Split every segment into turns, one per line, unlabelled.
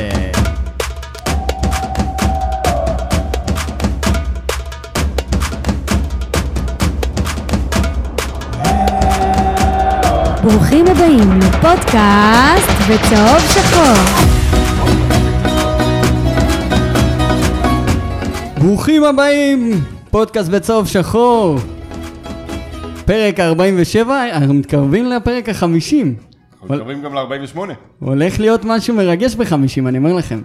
היידה.
ברוכים הבאים לפודקאסט בצהוב שחור.
ברוכים הבאים, פודקאסט בצהוב שחור. פרק 47, אנחנו מתקרבים לפרק ה-50.
אנחנו מתקרבים גם ל-48.
הולך להיות משהו מרגש ב-50, אני אומר לכם.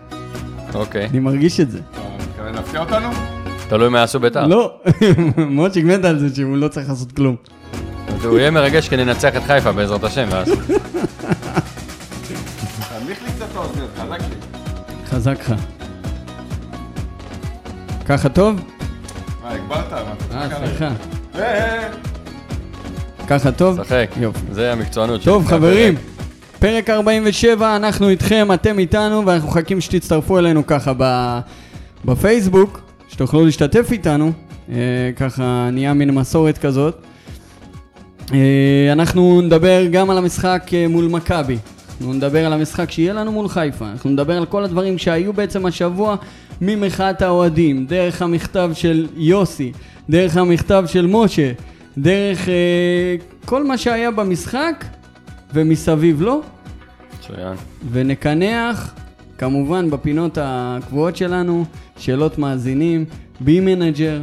אוקיי,
אני מרגיש את זה.
אתה מתכוון להפתיע אותנו?
תלוי מה יעשו בית"ר.
לא, מוצ'יק מת על זה שהוא לא צריך לעשות כלום.
הוא יהיה מרגש כי ננצח את חיפה בעזרת השם, ואז
תנמיך לי קצת את האוזניות, חזק לי.
חזק לך. ככה טוב?
מה, הגברת? מה, אתה
אה,
צוחק עליי?
סליחה.
אה, אה,
ככה טוב?
שחק.
יופי.
זה המקצוענות שלי.
טוב חברים, פרק 47, אנחנו איתכם, אתם איתנו, ואנחנו מחכים שתצטרפו אלינו ככה ב... בפייסבוק, שתוכלו להשתתף איתנו, אה, ככה נהיה מין מסורת כזאת. אה, אנחנו נדבר גם על המשחק אה, מול מכבי, אנחנו נדבר על המשחק שיהיה לנו מול חיפה, אנחנו נדבר על כל הדברים שהיו בעצם השבוע ממחאת האוהדים, דרך המכתב של יוסי, דרך המכתב של משה, דרך אה, כל מה שהיה במשחק ומסביב לו,
מצוין.
אה, ונקנח כמובן בפינות הקבועות שלנו, שאלות מאזינים, בי מנג'ר,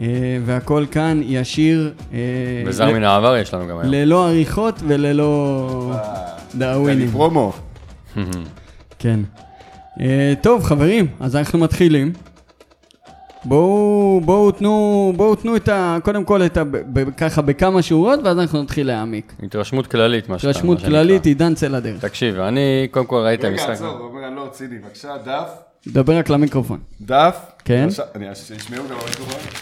אה, והכל כאן ישיר. אה,
וזר מן העבר יש לנו גם היום.
ללא עריכות וללא
אה. תן לי
דאווינים.
פרומו.
כן. אה, טוב, חברים, אז אנחנו מתחילים. בואו, בואו תנו, בואו תנו את ה... קודם כל את ה... ב, ב, ככה בכמה שורות, ואז אנחנו נתחיל להעמיק.
התרשמות כללית, מה שאתה...
התרשמות
מה שנקרא.
כללית, עידן צא לדרך.
תקשיב, אני קודם כל ראיתי את
רגע,
המשחק.
עצור, אומר, אני לא רציני. בבקשה, דף.
דבר רק למיקרופון.
דף.
כן.
רש- אני- אה, שישמעו גם במיקרופון.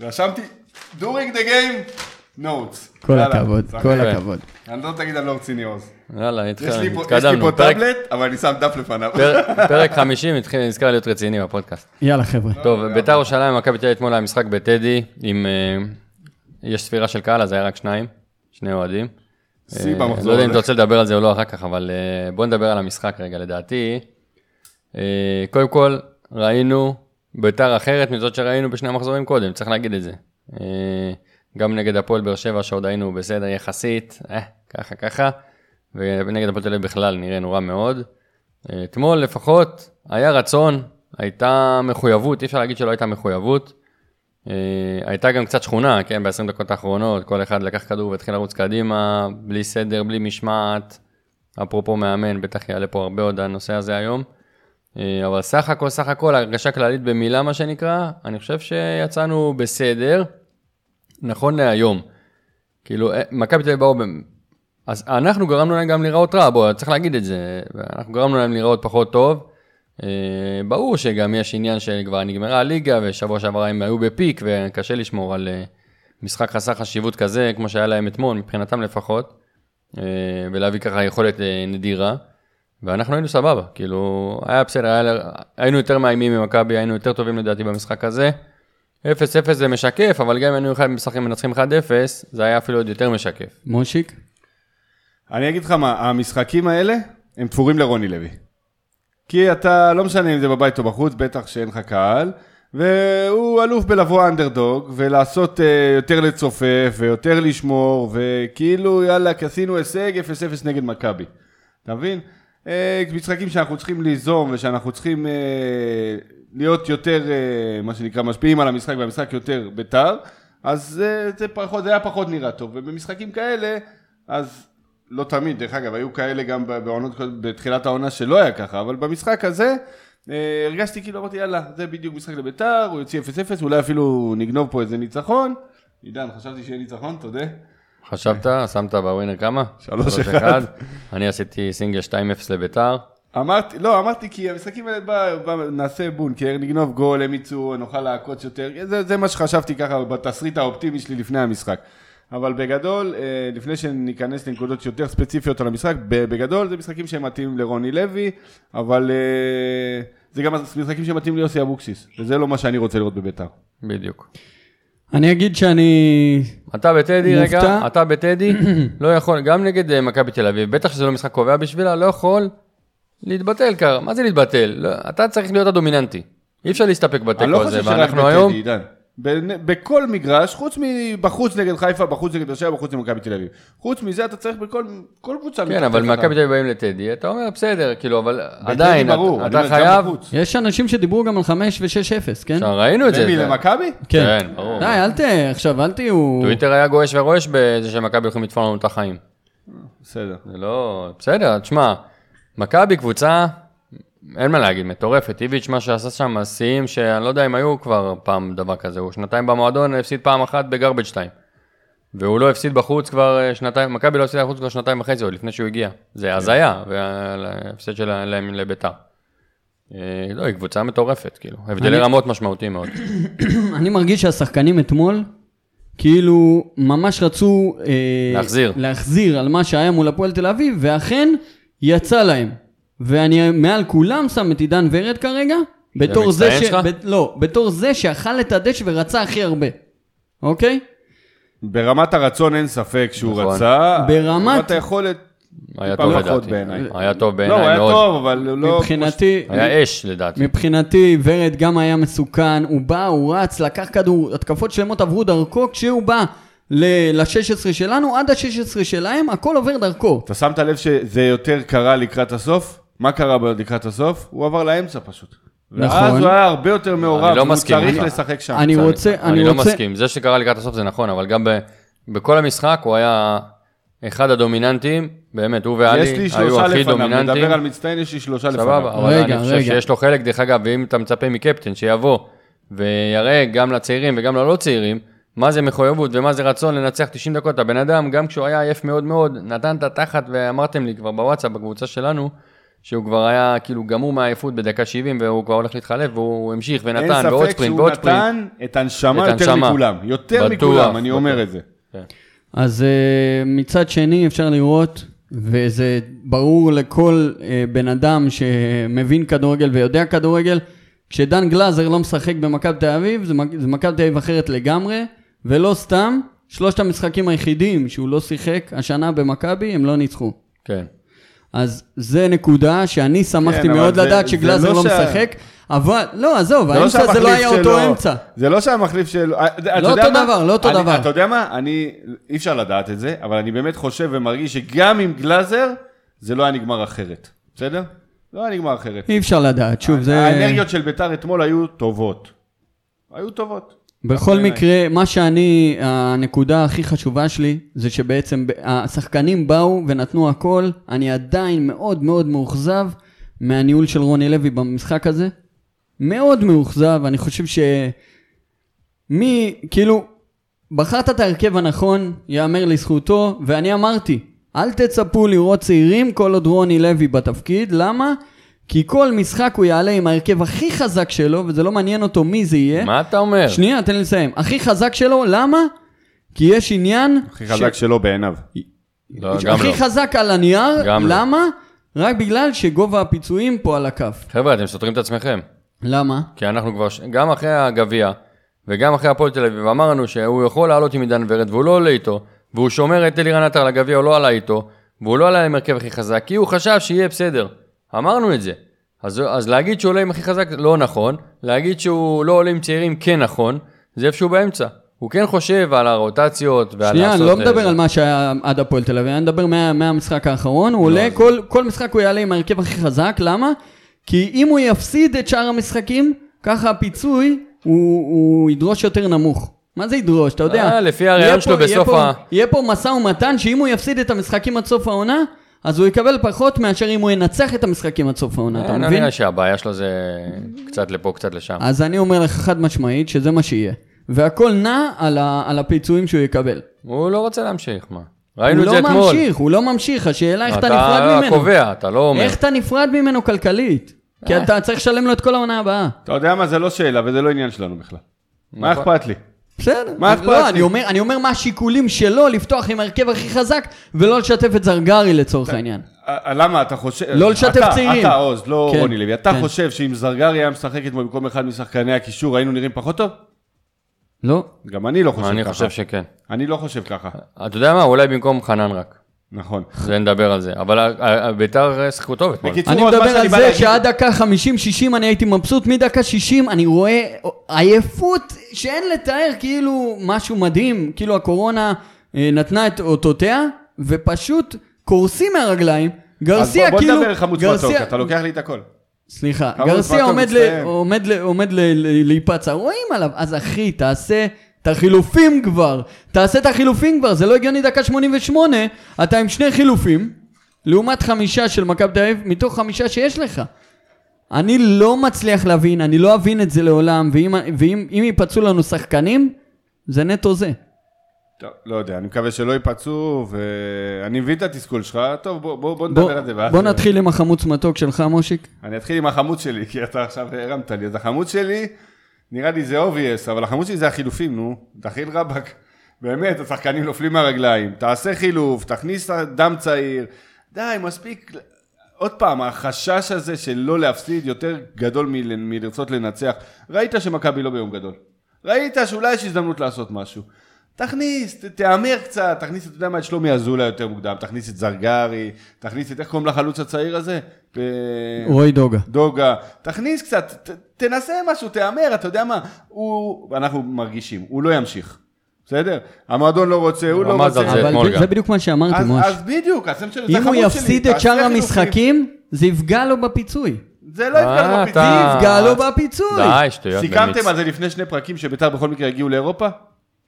רשמתי, during the game, notes.
כל
יאללה,
הכבוד,
צחק.
כל
יפה.
הכבוד.
אני לא תגיד אני לא רציני עוז.
יאללה, התח-
יש לי פה- יש לי פה
כן, התקדמנו. פרק-
טאבלט, אבל אני שם דף לפניו.
פרק- פרק 50 התחיל- נזכר להיות רציני בפודקאסט.
יאללה, חבר'ה.
לא,
טוב, ביתר ירושלים, מכבי תל אביב אתמול היה משחק בטדי, עם... אה, יש ספירה של קהל, אז היה רק שניים, שני אוהדים.
שיא
אה,
במחזור
לא יודע
הזה.
אם אתה רוצה לדבר על זה או לא אחר כך, אבל אה, בוא נדבר על המשחק רגע, לדעתי. אה, קודם כל, ראינו ביתר אחרת מזאת שראינו בשני המחזורים קודם, צריך להגיד את זה. אה, גם נגד הפועל באר שבע, שעוד היינו בסדר יחסית, אה, ככה ככה, ונגד הפועל תל אביב בכלל נראינו רע מאוד. אה, אתמול לפחות היה רצון, הייתה מחויבות, אי אפשר להגיד שלא הייתה מחויבות. אה, הייתה גם קצת שכונה, כן, ב-20 דקות האחרונות, כל אחד לקח כדור והתחיל לרוץ קדימה, בלי סדר, בלי משמעת. אפרופו מאמן, בטח יעלה פה הרבה עוד הנושא הזה היום. אה, אבל סך הכל, סך הכל, הרגשה כללית במילה, מה שנקרא, אני חושב שיצאנו בסדר, נכון להיום. כאילו, אה, מכבי תל אביב באו... ב- אז אנחנו גרמנו להם גם להיראות רע, בוא, צריך להגיד את זה. אנחנו גרמנו להם להיראות פחות טוב. אה, ברור שגם יש עניין שכבר נגמרה הליגה, ושבוע שעבר הם היו בפיק, וקשה לשמור על אה, משחק חסר חשיבות כזה, כמו שהיה להם אתמול, מבחינתם לפחות, אה, ולהביא ככה יכולת אה, נדירה. ואנחנו היינו סבבה, כאילו, היה בסדר, היה, לה- היינו יותר מאיימים ממכבי, היינו יותר טובים לדעתי במשחק הזה. 0-0 זה משקף, אבל גם אם היינו אחד- משחקים מנצחים 1-0, זה היה אפילו עוד יותר משקף.
מושיק?
אני אגיד לך מה, המשחקים האלה, הם תפורים לרוני לוי. כי אתה, לא משנה אם זה בבית או בחוץ, בטח שאין לך קהל, והוא אלוף בלבוא אנדרדוג, ולעשות אה, יותר לצופף, ויותר לשמור, וכאילו, יאללה, עשינו הישג 0-0 נגד מכבי. אתה מבין? אה, משחקים שאנחנו צריכים ליזום, ושאנחנו צריכים אה, להיות יותר, אה, מה שנקרא, משפיעים על המשחק, והמשחק יותר בית"ר, אז אה, זה, פחות, זה היה פחות נראה טוב. ובמשחקים כאלה, אז לא תמיד, דרך אגב, היו כאלה גם ב- בעונות, קוד- בתחילת העונה שלא היה ככה, אבל במשחק הזה אה, הרגשתי כאילו, אמרתי, יאללה, זה בדיוק משחק לביתר, הוא יוציא 0-0, אולי אפילו נגנוב פה איזה ניצחון. עידן, חשבתי שיהיה ניצחון, תודה.
חשבת, שמת בווינר כמה?
3-1.
3-1. אני עשיתי סינגל 2-0 לביתר.
אמרתי, לא, אמרתי כי המשחקים האלה, בא, בא, נעשה בונקר, נגנוב גול, הם יצאו, נוכל לעקוץ יותר, זה, זה מה שחשבתי ככה בתסריט האופטימי שלי לפני המשחק. אבל בגדול, אה, לפני שניכנס לנקודות יותר ספציפיות על המשחק, ב- בגדול זה משחקים שהם מתאימים לרוני לוי, אבל אה, זה גם משחקים שמתאים ליוסי אבוקסיס, וזה לא מה שאני רוצה לראות בביתר.
בדיוק.
אני אגיד שאני...
אתה בטדי,
מופתע?
רגע, אתה בטדי, לא יכול, גם נגד אה, מכבי תל אביב, בטח שזה לא משחק קובע בשבילה, לא יכול להתבטל קרה. מה זה להתבטל? לא, אתה צריך להיות הדומיננטי. אי אפשר להסתפק
אני לא
בתיקו הזה,
חושב שרק
ואנחנו היום...
בטדי, עידן. בנ- בכל מגרש, חוץ מבחוץ נגד חיפה, בחוץ נגד באר שבע, בחוץ נגד מכבי תל אביב. חוץ מזה אתה צריך בכל כל קבוצה.
כן, אבל מכבי תל אביב באים לטדי, אתה אומר, בסדר, כאילו, אבל עדיין, אתה-
ברור, אני
אתה
אומר, גם
חייב...
בחוץ.
יש אנשים שדיברו גם על 5 ו-6-0, כן?
עכשיו, ראינו את זה.
למי,
זה-
למכבי?
כן, ברור.
די, אל ת... עכשיו, אל תהיו...
טוויטר היה גועש ורועש בזה שמכבי הולכים לטפון לנו את החיים.
בסדר.
זה לא... בסדר, תשמע, מכבי קבוצה, אין מה להגיד, מטורפת. איביץ', מה שעשה שם, השיאים שאני לא יודע אם היו כבר פעם דבר כזה, הוא שנתיים במועדון, הפסיד פעם אחת בגרבג' טיים. והוא לא הפסיד בחוץ כבר אה, שנתיים, מכבי לא הפסידה בחוץ כבר שנתיים וחצי, עוד לפני שהוא הגיע.
כן.
זה הזיה, וההפסד שלה להם לביתר. אה, לא, היא קבוצה מטורפת, כאילו. הבדלי רמות משמעותיים מאוד.
אני מרגיש שהשחקנים אתמול, כאילו, ממש רצו... אה,
להחזיר.
להחזיר על מה שהיה מול הפועל תל אביב, ואכן, יצא להם. ואני מעל כולם שם את עידן ורד כרגע, בתור זה
המצטיין
ש...
שלך?
ב- לא, בתור זה שאכל את הדשא ורצה הכי הרבה, אוקיי?
ברמת הרצון אין ספק שהוא
נכון.
רצה.
ברמת-
היכולת...
היה
טיפה
טוב
פחות
לדעתי.
לא בעיניי.
היה טוב
לא, הוא
בעיניי
היה
מאוד.
טוב, אבל הוא לא...
מבחינתי...
היה אש לדעתי.
מבחינתי ורד גם היה מסוכן, הוא בא, הוא רץ, לקח כדור, התקפות שלמות עברו דרכו, כשהוא בא ל-16 שלנו, עד ה-16 שלהם, הכל עובר דרכו.
אתה שמת לב שזה יותר קרה לקראת הסוף? מה קרה ב- לקראת הסוף? הוא עבר לאמצע פשוט. ואז
נכון.
הוא היה הרבה יותר מעורב,
לא
והוא
מסכים
צריך
איתך.
לשחק שם.
אני
בסדר,
רוצה,
אני
אני
לא
רוצה,
מסכים, זה שקרה לקראת הסוף זה נכון, אבל גם ב- בכל המשחק הוא היה אחד הדומיננטיים, באמת, הוא
יש לי
ואלי היו
שלושה
הכי
לפניו,
דומיננטיים,
מדבר על מצטיין, יש לי שלושה לפניו.
סבבה, אבל
רגע,
אני חושב
רגע.
שיש לו חלק, דרך אגב, ואם אתה מצפה מקפטן שיבוא ויראה גם לצעירים וגם ללא צעירים, מה זה מחויבות ומה זה רצון לנצח 90 דקות, הבן אדם, גם כשהוא היה עייף מאוד מאוד, נתן את התחת ואמרתם לי כבר בוואטסאפ, בקבוצה שלנו, שהוא כבר היה כאילו גמור מהעייפות בדקה 70 והוא כבר הולך להתחלף והוא המשיך
אין
ונתן ועוד
ספק
ספרינט
שהוא
ועוד ספרינט.
נתן את הנשמה
את
יותר
הנשמה.
מכולם. יותר
בטוח,
מכולם, אני
בטוח.
אומר את זה.
אז אה, מצד שני אפשר לראות, וזה ברור לכל אה, בן אדם שמבין כדורגל ויודע כדורגל, כשדן גלאזר לא משחק במכבי תל אביב, זה מק- זה מכבי תל אביב אחרת לגמרי, ולא סתם, שלושת המשחקים היחידים שהוא לא שיחק השנה במכבי, הם לא ניצחו.
כן.
אז זה נקודה שאני שמחתי
כן, אבל
מאוד
זה-
לדעת
זה
שגלאזר
לא
לא
שה-
משחק, אבל, לא, עזוב,
לא
האמצע זה לא
שהמחליף
היה אותו
שלו-
אמצע.
זה לא שהמחליף שלו... אה, אתה
לא
יודע
אותו
מה?
דבר, לא אותו
אני-
דבר.
אתה יודע מה? אני... אי אפשר לדעת את זה, אבל אני באמת חושב ומרגיש שגם עם גלאזר, זה לא היה נגמר אחרת. בסדר? לא היה נגמר אחרת.
אי אפשר לדעת, שוב, זה...
האנרגיות של ביתר אתמול היו טובות. היו טובות.
בכל
בעיניי.
מקרה, מה שאני, הנקודה הכי חשובה שלי, זה שבעצם ב- השחקנים באו ונתנו הכל. אני עדיין מאוד מאוד מאוכזב מהניהול של רוני לוי במשחק הזה. מאוד מאוכזב, אני חושב ש... מי, כאילו, בחרת את ההרכב הנכון, יאמר לזכותו, ואני אמרתי, אל תצפו לראות צעירים כל עוד רוני לוי בתפקיד, למה? כי כל משחק הוא יעלה עם ההרכב הכי חזק שלו, וזה לא מעניין אותו מי זה יהיה.
מה אתה אומר?
שנייה, תן לי לסיים. הכי חזק שלו, למה? כי יש עניין...
הכי חזק שלו בעיניו.
לא,
ש...
גם
הכי
לא.
חזק על הנייר,
גם לא.
למה? רק בגלל שגובה הפיצויים פה על הכף.
חבר'ה, אתם סותרים את עצמכם.
למה?
כי אנחנו כבר, ש- גם אחרי הגביע, וגם אחרי הפועל תל אביב, אמרנו שהוא יכול לעלות עם עידן ורד, והוא לא עולה איתו, והוא שומר את אלירן עטר לגביע, הוא לא עלה איתו, והוא לא עלה עם הרכב הכי חזק, כי הוא חשב שיהיה בסדר. אמרנו את זה. אז, אז להגיד שהוא עולה עם הכי חזק לא נכון, להגיד שהוא לא עולה עם צעירים כן נכון, זה איפשהו באמצע. הוא כן חושב על הרוטציות ועל
שנייה, אני
לעשות אה,
לא
זה-
מדבר על מה שהיה עד הפועל תל אביב, אני מדבר מה- מהמשחק האחרון,
לא,
הוא עולה, כל- כל משחק הוא יעלה עם ההרכב הכי חזק, למה? כי אם הוא יפסיד את שאר המשחקים, ככה הפיצוי הוא הוא ידרוש יותר נמוך. מה זה ידרוש? אתה יודע.
אה, לפי
יהיה
הרעיון שלו
פה- יהיה
בסוף
פה-
ה-
יהיה פה משא ומתן שאם הוא יפסיד את המשחקים עד סוף העונה, אז הוא יקבל פחות מאשר אם הוא ינצח את המשחקים עד סוף העונה, אתה
אה, לא
מבין?
נראה שהבעיה שלו זה קצת לפה, קצת לשם.
אז אני אומר לך חד משמעית שזה מה שיהיה. והכל נע על ה- על הפיצויים שהוא יקבל.
הוא לא רוצה להמשיך, מה? ראינו את
הוא
זה
לא
אתמול.
ממשיך, הוא לא ממשיך, השאלה איך אתה נפרד ממנו.
קובע, אה. אתה לא אומר.
איך אתה נפרד ממנו כלכלית? כי אתה צריך לשלם לו את כל העונה הבאה.
אתה יודע מה? זה לא שאלה וזה לא עניין שלנו בכלל. מה
נכון.
אכפת לי? אה,
בסדר.
מה
אז
אכפת
לא,
לי?
אני אומר- אני אומר מה השיקולים שלו לפתוח עם ההרכב הכי חזק ולא לשתף את זרגרי לצורך העניין.
אה, למה אתה חושב...
לא לשתף
אתה-
צעירים.
אתה עוז, לא
כן,
רוני לוי. אתה
כן.
חושב שאם זרגרי היה משחק אתמול במקום אחד משחקני הקישור, היינו נראים פחות טוב?
לא.
גם אני לא חושב ככה.
אני חושב שכן.
אני לא חושב ככה.
אתה יודע מה, אולי במקום חנן רק.
נכון.
זה נדבר על זה. אבל ה- ה- ה- ביתר אה, שיחקו טוב אתמול.
בקיצור,
אני
אז מה
מדבר
שאני
על
בא
זה
להגיד-
שעד דקה 50-60 אני הייתי מבסוט, מדקה 60 אני רואה עייפות שאין לתאר, כאילו משהו מדהים, כאילו הקורונה אה, נתנה את אותותיה, ופשוט קורסים מהרגליים.
אז בוא-
גרסיה
בוא
כאילו...
נדבר חמוץ מתוק,
גרסיה-
אתה לוקח לי את הכל.
סליחה,
חמוץ
גרסיה
מתוק,
עומד, ל,
מצטיין.
עומד, ל, עומד ל, ל, להיפצע, רואים עליו, אז אחי, תעשה את החילופים כבר, תעשה את החילופים כבר, זה לא הגיוני דקה 88, אתה עם שני חילופים, לעומת חמישה של מכבי תל אביב, מתוך חמישה שיש לך. אני לא מצליח להבין, אני לא אבין את זה לעולם, ואם, ואם אם ייפצעו לנו שחקנים, זה נטו זה.
טוב, לא יודע, אני מקווה שלא ייפצעו, ואני מבין את התסכול שלך. טוב, בוא- בוא
בוא,
בוא לא נדבר על זה. ואז-
בוא נתחיל עם החמוץ מתוק שלך, מושיק.
אני אתחיל עם החמוץ שלי, כי אתה עכשיו הרמת לי. אז החמוץ שלי, נראה לי זה obvious, אבל החמוץ שלי זה החילופים, נו. דחיל רבאק. באמת, השחקנים נופלים מהרגליים. תעשה חילוף, תכניס דם צעיר. די, מספיק. עוד פעם, החשש הזה של לא להפסיד יותר גדול מל- מלרצות לנצח. ראית שמכבי לא ביום גדול. ראית שאולי יש הזדמנות לעשות משהו. תכניס, ת- תהמר קצת, תכניס, אתה יודע מה, את שלומי אזולאי יותר מוקדם, תכניס את זרגרי, תכניס את, איך קוראים לחלוץ הצעיר הזה? אה, ב-
רועי דוגה.
דוגה, תכניס קצת, ת, תנסה משהו, תהמר, אתה יודע מה, הוא, אנחנו מרגישים, הוא לא ימשיך, בסדר? המועדון לא רוצה, הוא לא
רמז
רוצה.
על זה.
אבל
אתמול
זה-
גם.
זה בדיוק מה שאמרתי,
אז,
מוש.
אז בדיוק, השם שלו זה
אם הוא
החמוד שלי.
יפסיד את
תעשה
שאר
חילופים.
המשחקים, זה יפגע לו בפיצוי.
זה לא יפגע
אה,
לו
אתה-
בפיצוי.
לא יפגע לו בפיצוי.
די, שטויות.
סיכמתם
במיץ.
על זה לפני שני פרקים שביתר בכל מקרה הגיעו לאירופה?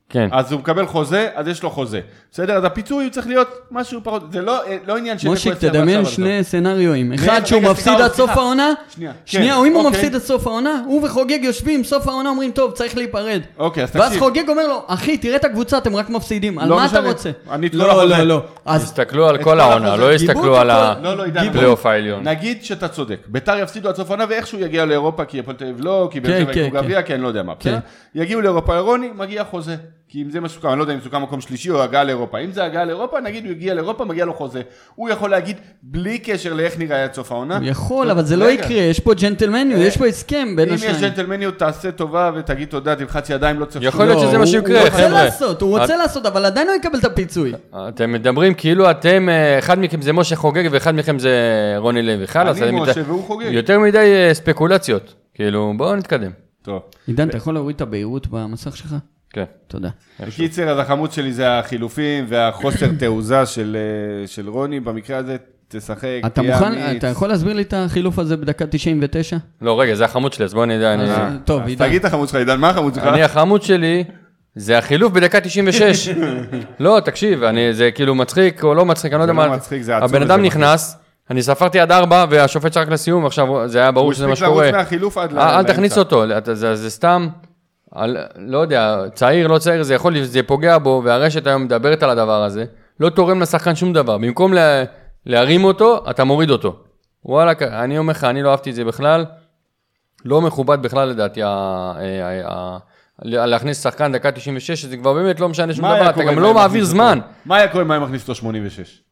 כן.
אז הוא מקבל חוזה, אז יש לו חוזה. בסדר? אז הפיצוי הוא צריך להיות משהו פחות, זה לא, לא עניין של...
מושיק,
איפה יש
תדמיין
עכשיו על
שני סצנריואים. אחד
רגע,
שהוא
סליחה,
מפסיד עד
סליחה.
סוף העונה.
שנייה,
שנייה,
כן,
או אם הוא
אוקיי.
מפסיד עד סוף העונה, הוא וחוגג יושבים, סוף העונה אומרים, טוב, צריך להיפרד.
אוקיי, אז
ואז
תקשיב.
חוגג אומר לו, אחי, תראה את הקבוצה, אתם רק מפסידים, על
לא
מה אתה
משנה.
רוצה?
אני את כל
לא,
החוזה.
לא, לא. אז
הסתכלו על
את
כל
כל
העונה,
החוזה.
לא
גיבו
הסתכלו על
את
ה...
הכל.
לא, לא, עידן.
פלייאוף העליון.
נגיד שאתה צודק, ביתר יפסידו עד סוף העונה ואיכשהו יגיע לאירופה כי הפועל תל אביב לא, כי באר
כן,
שבע
כן,
יקחו
כן.
גביע, כי אני לא יודע מה, בסדר? יגיעו לאירופה רוני, מגיע חוזה. כי אם זה מה סוכם, אני לא יודע אם סוכם מקום שלישי או הגעה לאירופה. אם זה הגעה לאירופה, נגיד הוא הגיע לאירופה, מגיע לו חוזה. הוא יכול להגיד, בלי קשר לאיך נראה עד סוף העונה.
הוא יכול, אבל זה לא
רגע. אה,
יקרה, יש פה ג'נטלמניות, יש פה הסכם בין
אם יש
השניים.
ג'נטלמניות, תעשה טובה ותגיד תודה, תלחץ ידיים, לא צריך...
יכול
שום
להיות
לא,
שזה מה
הוא-
שיקרה,
הוא רוצה
חבר'ה.
לעשות, הוא רוצה
את-
לעשות, אבל עדיין הוא יקבל את הפיצוי.
אתם מדברים כאילו אתם, אה, אחד מכם זה משה חוגג ואחד מכם זה רוני לוי. חלאס,
אני
אתם
משה
מת-
והוא חוגג.
יותר מדי אה, ספקולציות. כאילו, בואו נתקדם.
טוב.
עידן, אתה יכול להוריד את הבהירות במסך שלך?
כן.
תודה.
בקיצר, אז החמוץ שלי זה החילופים והחוסר תעוזה של אה, של רוני. במקרה הזה, תשחק,
אתה
תהיה
מוכן,
אמיץ.
אתה יכול להסביר לי את החילוף הזה בדקה 99?
לא, רגע, זה החמוד שלי, אז בואו נדע. אני-
אז- טוב,
אז
עידן.
תגיד את החמוץ שלך, עידן, מה החמוץ שלך?
אני, החמוד שלי, זה החילוף בדקה 96. לא, תקשיב, אני, זה כאילו מצחיק או לא מצחיק, אני לא יודע מה.
לא מצחיק, זה עצוב
הבן
וזה
אדם
מצחיק.
נכנס, אני ספרתי עד ארבע, והשופט שרק לסיום, עכשיו זה היה ברור שזה מה
הוא
שקורה. אה,
הספיק לרוץ מהחילוף עד ל-
אל אל
לאמצע.
תכניס אותו, אתה- זה זה סתם, על- לא יודע, צעיר, לא צעיר, זה יכול, זה פוגע בו, והרשת היום מדברת על הדבר הזה, לא תורם לשחקן שום דבר. במקום לה- להרים אותו, אתה מוריד אותו. וואלה, אני אומר לך, אני לא אהבתי את זה בכלל. לא מכובד בכלל לדעתי, ה- ה- ה- ה- להכניס שחקן דקה 96, זה כבר באמת לא משנה שום
מה היה
דבר, אתה
קורה אם
גם
היה
לא מעביר
מכניס
זמן.
אותו? מה היה קורה אם היה מכניס אותו 86?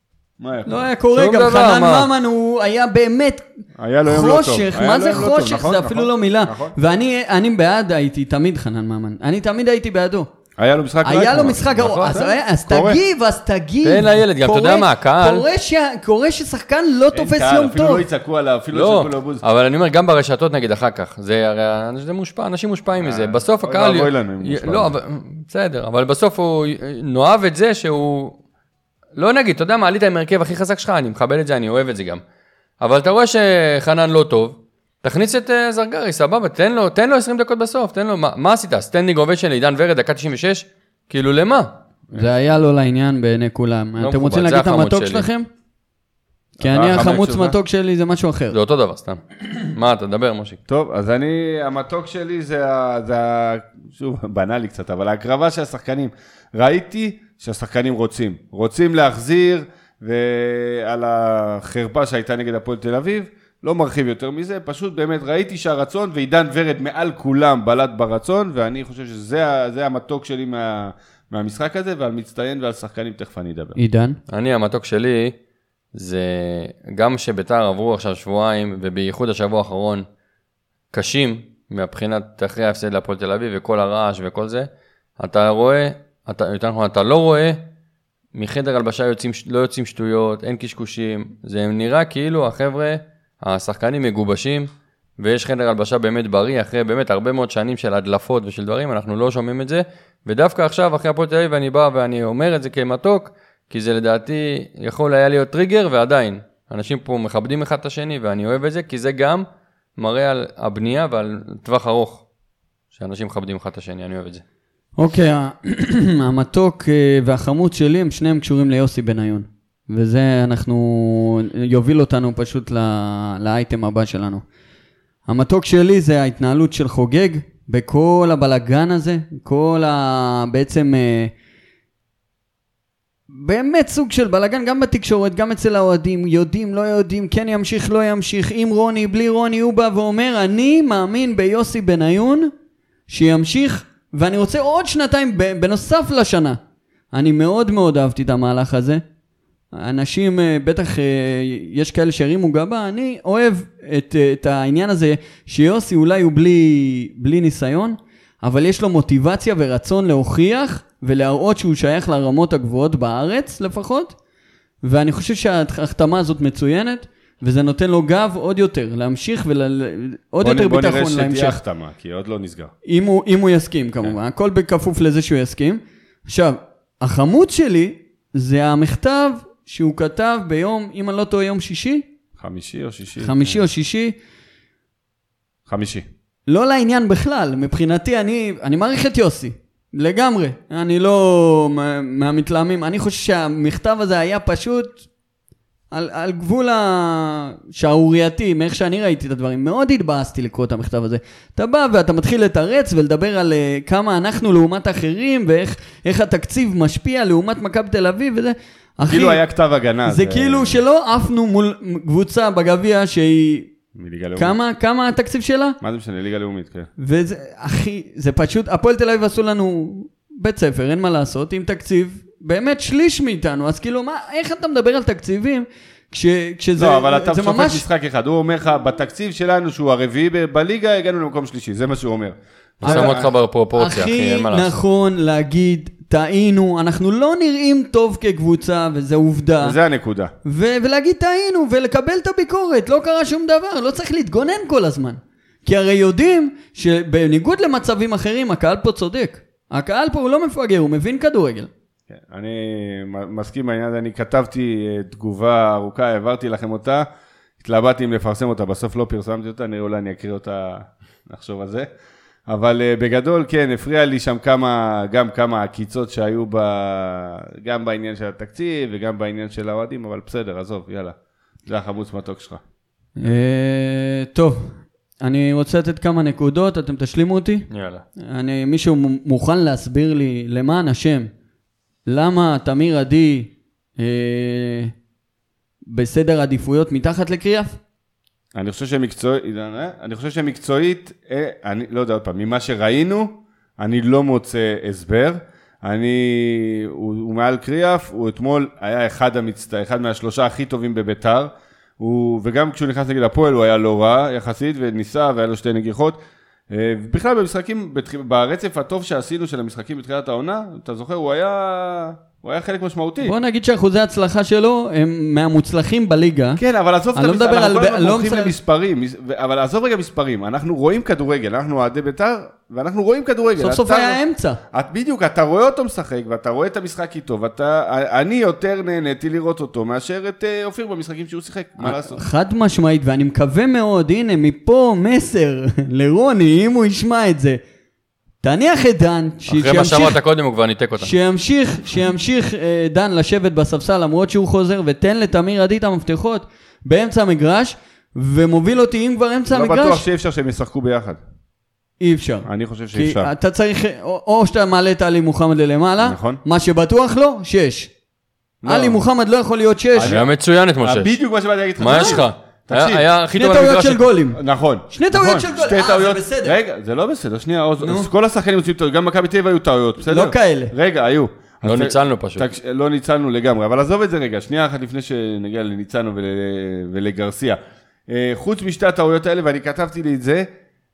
מה היה
לא
קורה?
היה קורה,
שום
גם
דבר,
חנן
מה?
ממן הוא היה באמת
היה לו יום לא טוב.
חושך,
היה
מה
לו
זה
יום לא טוב,
חושך?
נכון,
זה אפילו
נכון,
לא מילה.
נכון.
ואני אני בעד הייתי תמיד חנן ממן, אני תמיד הייתי בעדו.
היה לו משחק
היה לו
כמו-
משחק גרוע, אז
בסדר,
היה- אז
נכון. קורה.
תגיב, אז תגיב.
תן לילד גם, אתה יודע
קורה-
מה, הקהל-
קורה שה- קורה ששחקן לא
אין
תופס
קהל,
יום
אפילו
טוב.
לא יצעקו עליו, אפילו לא
לא,
יצעקו לו בוז.
אבל אני אומר, גם ברשתות נגיד אחר כך, זה הרי, זה מושפע, אנשים מושפעים מזה, בסוף
אה, אוי
הקהל,
ואבוי לנו אם
י-
מושפע.
לא, אבל- בסדר, אבל בסוף הוא נאהב את זה שהוא, לא נגיד, אתה יודע מה, עלית עם ההרכב הכי חזק שלך, אני מכבד את זה, אני אוהב את זה גם, אבל אתה רואה שחנן לא טוב, תכניס את אה, זרגרי, סבבה, תן לו, תן לו 20 דקות בסוף, תן לו, מה- מה עשית? סטנדינג עובד של עידן ורד, דקה 96, כאילו למה?
זה היה לא לעניין בעיני כולם.
לא
אתם
מכובד,
רוצים
זה
להגיד את
החמוד
המתוק
שלי.
שלכם? כי
אתה
אני
החמוד
החמוץ
שלך? לא.
מתוק שלי זה משהו אחר.
זה אותו דבר, סתם. מה, אתה מדבר, מושיק?
טוב, אז אני, המתוק שלי זה ה... זה ה... שוב, בנאלי קצת, אבל ההקרבה של השחקנים. ראיתי שהשחקנים רוצים. רוצים להחזיר, ועל החרפה שהייתה נגד הפועל תל אביב, לא מרחיב יותר מזה, פשוט באמת ראיתי שהרצון, ועידן ורד מעל כולם בלט ברצון, ואני חושב שזה ה- זה המתוק שלי מה... מהמשחק הזה, ועל מצטיין ועל שחקנים תכף אני אדבר.
עידן?
אני, המתוק שלי, זה גם שביתר עברו עכשיו שבועיים, ובייחוד השבוע האחרון, קשים, מבחינת אחרי ההפסד להפועל תל אביב, וכל הרעש וכל זה, אתה רואה, אתה, יותר נכון, אתה לא רואה מחדר הלבשה יוצאים, ש- לא יוצאים שטויות, אין קשקושים, זה נראה כאילו החבר'ה, השחקנים מגובשים, ויש חדר הלבשה באמת בריא, אחרי באמת הרבה מאוד שנים של הדלפות ושל דברים, אנחנו לא שומעים את זה, ודווקא עכשיו, אחרי הפועל תל אביב, אני בא ואני אומר את זה כמתוק, כי זה לדעתי יכול היה להיות טריגר, ועדיין, אנשים פה מכבדים אחד את השני, ואני אוהב את זה, כי זה גם מראה על הבנייה ועל טווח ארוך, שאנשים מכבדים אחד את השני, אני אוהב את זה.
אוקיי, ה- המתוק אה, והחמוד שלי, הם שניהם קשורים ליוסי בניון. וזה, אנחנו, יוביל אותנו פשוט ל- לאייטם הבא שלנו. המתוק שלי זה ההתנהלות של חוגג בכל הבלגן הזה, כל ה... בעצם... אה, באמת סוג של בלאגן, גם בתקשורת, גם אצל האוהדים, יודעים, לא יודעים, כן ימשיך, לא ימשיך, עם רוני, בלי רוני, הוא בא ואומר, אני מאמין ביוסי בניון, שימשיך, ואני רוצה עוד שנתיים ב- בנוסף לשנה. אני מאוד מאוד אהבתי את המהלך הזה. אנשים, אה, בטח אה, יש כאלה שהרימו גבה, אני אוהב את, אה, את העניין הזה שיוסי אולי הוא בלי, בלי ניסיון, אבל יש לו מוטיבציה ורצון להוכיח ולהראות שהוא שייך לרמות הגבוהות בארץ לפחות, ואני חושב שההחתמה הזאת מצוינת, וזה נותן לו גב עוד יותר, להמשיך ועוד
בוא נ-
יותר
בוא
ביטחון
נראה
להמשך.
שתהיה החתמה, כי עוד לא נסגר.
אם הוא, אם הוא יסכים כמובן, הכל בכפוף לזה שהוא יסכים. עכשיו, החמוד שלי זה המכתב שהוא כתב ביום, אם אני לא טועה, יום שישי,
חמישי או שישי?
חמישי או שישי,
חמישי.
לא לעניין בכלל, מבחינתי אני, אני מעריך את יוסי, לגמרי. אני לא מה- מהמתלהמים, אני חושב שהמכתב הזה היה פשוט על, על גבול השערורייתי, מאיך שאני ראיתי את הדברים. מאוד התבאסתי לקרוא את המכתב הזה. אתה בא ואתה מתחיל לתרץ ולדבר על אה, כמה אנחנו לעומת אחרים, ואיך איך התקציב משפיע לעומת מכבי תל אביב וזה. אחי,
כאילו היה כתב הגנה.
זה כאילו שלא עפנו מול קבוצה בגביע שהיא...
מליגה לאומית.
כמה, כמה התקציב שלה?
מה זה משנה, ליגה לאומית, כן.
וזה, אחי, זה פשוט, הפועל תל אביב עשו לנו בית ספר, אין מה לעשות, עם תקציב, באמת שליש מאיתנו, אז כאילו, מה, איך אתה מדבר על תקציבים, כש, כשזה
לא, אבל אתה
זה
שופט
ממש...
משחק אחד. הוא אומר לך, בתקציב שלנו, שהוא הרביעי ב- בליגה, הגענו למקום שלישי, זה מה שהוא אומר.
הוא שם אותך בפרופורציה, אחי,
הכי
אין מה לעשות.
אה, נכון להגיד, טעינו, אנחנו לא נראים טוב כקבוצה, וזו עובדה.
זה הנקודה.
ו- ולהגיד טעינו, ולקבל את הביקורת, לא קרה שום דבר, לא צריך להתגונן כל הזמן. כי הרי יודעים שבניגוד למצבים אחרים, הקהל פה צודק. הקהל פה הוא לא מפגר, הוא מבין כדורגל.
כן, אני מ- מסכים בעניין הזה, אני כתבתי אה, תגובה ארוכה, העברתי לכם אותה, התלבטתי אם לפרסם אותה, בסוף לא פרסמתי אותה, אני אולי אני אקריא אותה, נחשוב על זה. אבל אה, בגדול, כן, הפריע לי שם כמה, גם כמה עקיצות שהיו ב... גם בעניין של התקציב וגם בעניין של האוהדים, אבל בסדר, עזוב, יאללה. זה החמוץ מתוק שלך.
אה, טוב, אני רוצה לתת כמה נקודות, אתם תשלימו אותי.
יאללה.
אני, מישהו מ- מוכן להסביר לי, למען השם, למה תמיר עדי אה, בסדר עדיפויות מתחת לקריאף?
אני חושב שמקצועית, אני חושב שמקצועית, אה, אני לא יודע, עוד פעם, ממה שראינו, אני לא מוצא הסבר. אני, הוא, הוא מעל קריאף, הוא אתמול היה אחד, המצט... אחד מהשלושה הכי טובים בביתר. הוא, וגם כשהוא נכנס נגד הפועל הוא היה לא רע יחסית, וניסה, והיה לו שתי נגיחות. אה, בכלל במשחקים, בתח... ברצף הטוב שעשינו של המשחקים בתחילת העונה, אתה זוכר, הוא היה, הוא היה חלק משמעותי.
בוא נגיד שאחוזי ההצלחה שלו הם מהמוצלחים בליגה.
כן, אבל עזוב את
אני לא
המספרים,
מדבר על-
אנחנו כל הזמן
לא
הולכים
מספר-
למספרים, מס- ו- אבל עזוב רגע מספרים, אנחנו רואים כדורגל, אנחנו אוהדי בית"ר, ואנחנו רואים כדורגל.
סוף סוף
אתה- לא-
היה אמצע.
את בדיוק, אתה רואה אותו משחק, ואתה רואה את המשחק איתו, ואתה... אני יותר נהניתי לראות אותו מאשר את אה, אופיר במשחקים שהוא שיחק,
אה,
מה לעשות?
חד משמעית, ואני מקווה מאוד, הנה, מפה מסר לרוני, אם הוא ישמע את זה. תניח את דן, ש-
אחרי מה
שימשיך,
שאמרת קודם, הוא כבר ניתק אותנו.
שימשיך, שימשיך אה, דן לשבת בספסל למרות שהוא חוזר, ותן לתמיר עדי את המפתחות באמצע המגרש, ומוביל אותי, אם כבר אמצע
לא בטוח
המגרש,
שאי אפשר שהם ישחקו ביחד.
אי אפשר.
אני חושב
כי
שאפשר.
אתה צריך, או, או שאתה מעלה את עלי מוחמד ללמעלה,
נכון.
מה שבטוח לא, שש.
לא.
עלי מוחמד לא יכול להיות שש,
היה מצוין אתמול שש.
בדיוק מה שבאתי להגיד לך.
מה יש לך? היה
תקשיב.
היה הכי
שני
טוב
טעויות
במגרש.
של גולים.
נכון.
שני טעויות
נכון,
של גול.
שתי
אה, זה
טעויות-
בסדר.
רגע, זה לא בסדר, שנייה, עוז. אז כל השחקנים יוצאים טעויות, גם מכבי תל אביב היו טעויות, בסדר?
לא כאלה.
רגע, היו.
לא
אז-
ניצלנו פשוט.
תקש... לא ניצלנו לגמרי, אבל עזוב את זה רגע, שנייה אחת לפני שנגיע לניצנו ול... ולגרסיה. אה, חוץ משתי הטעויות האלה, ואני כתבתי לי את זה,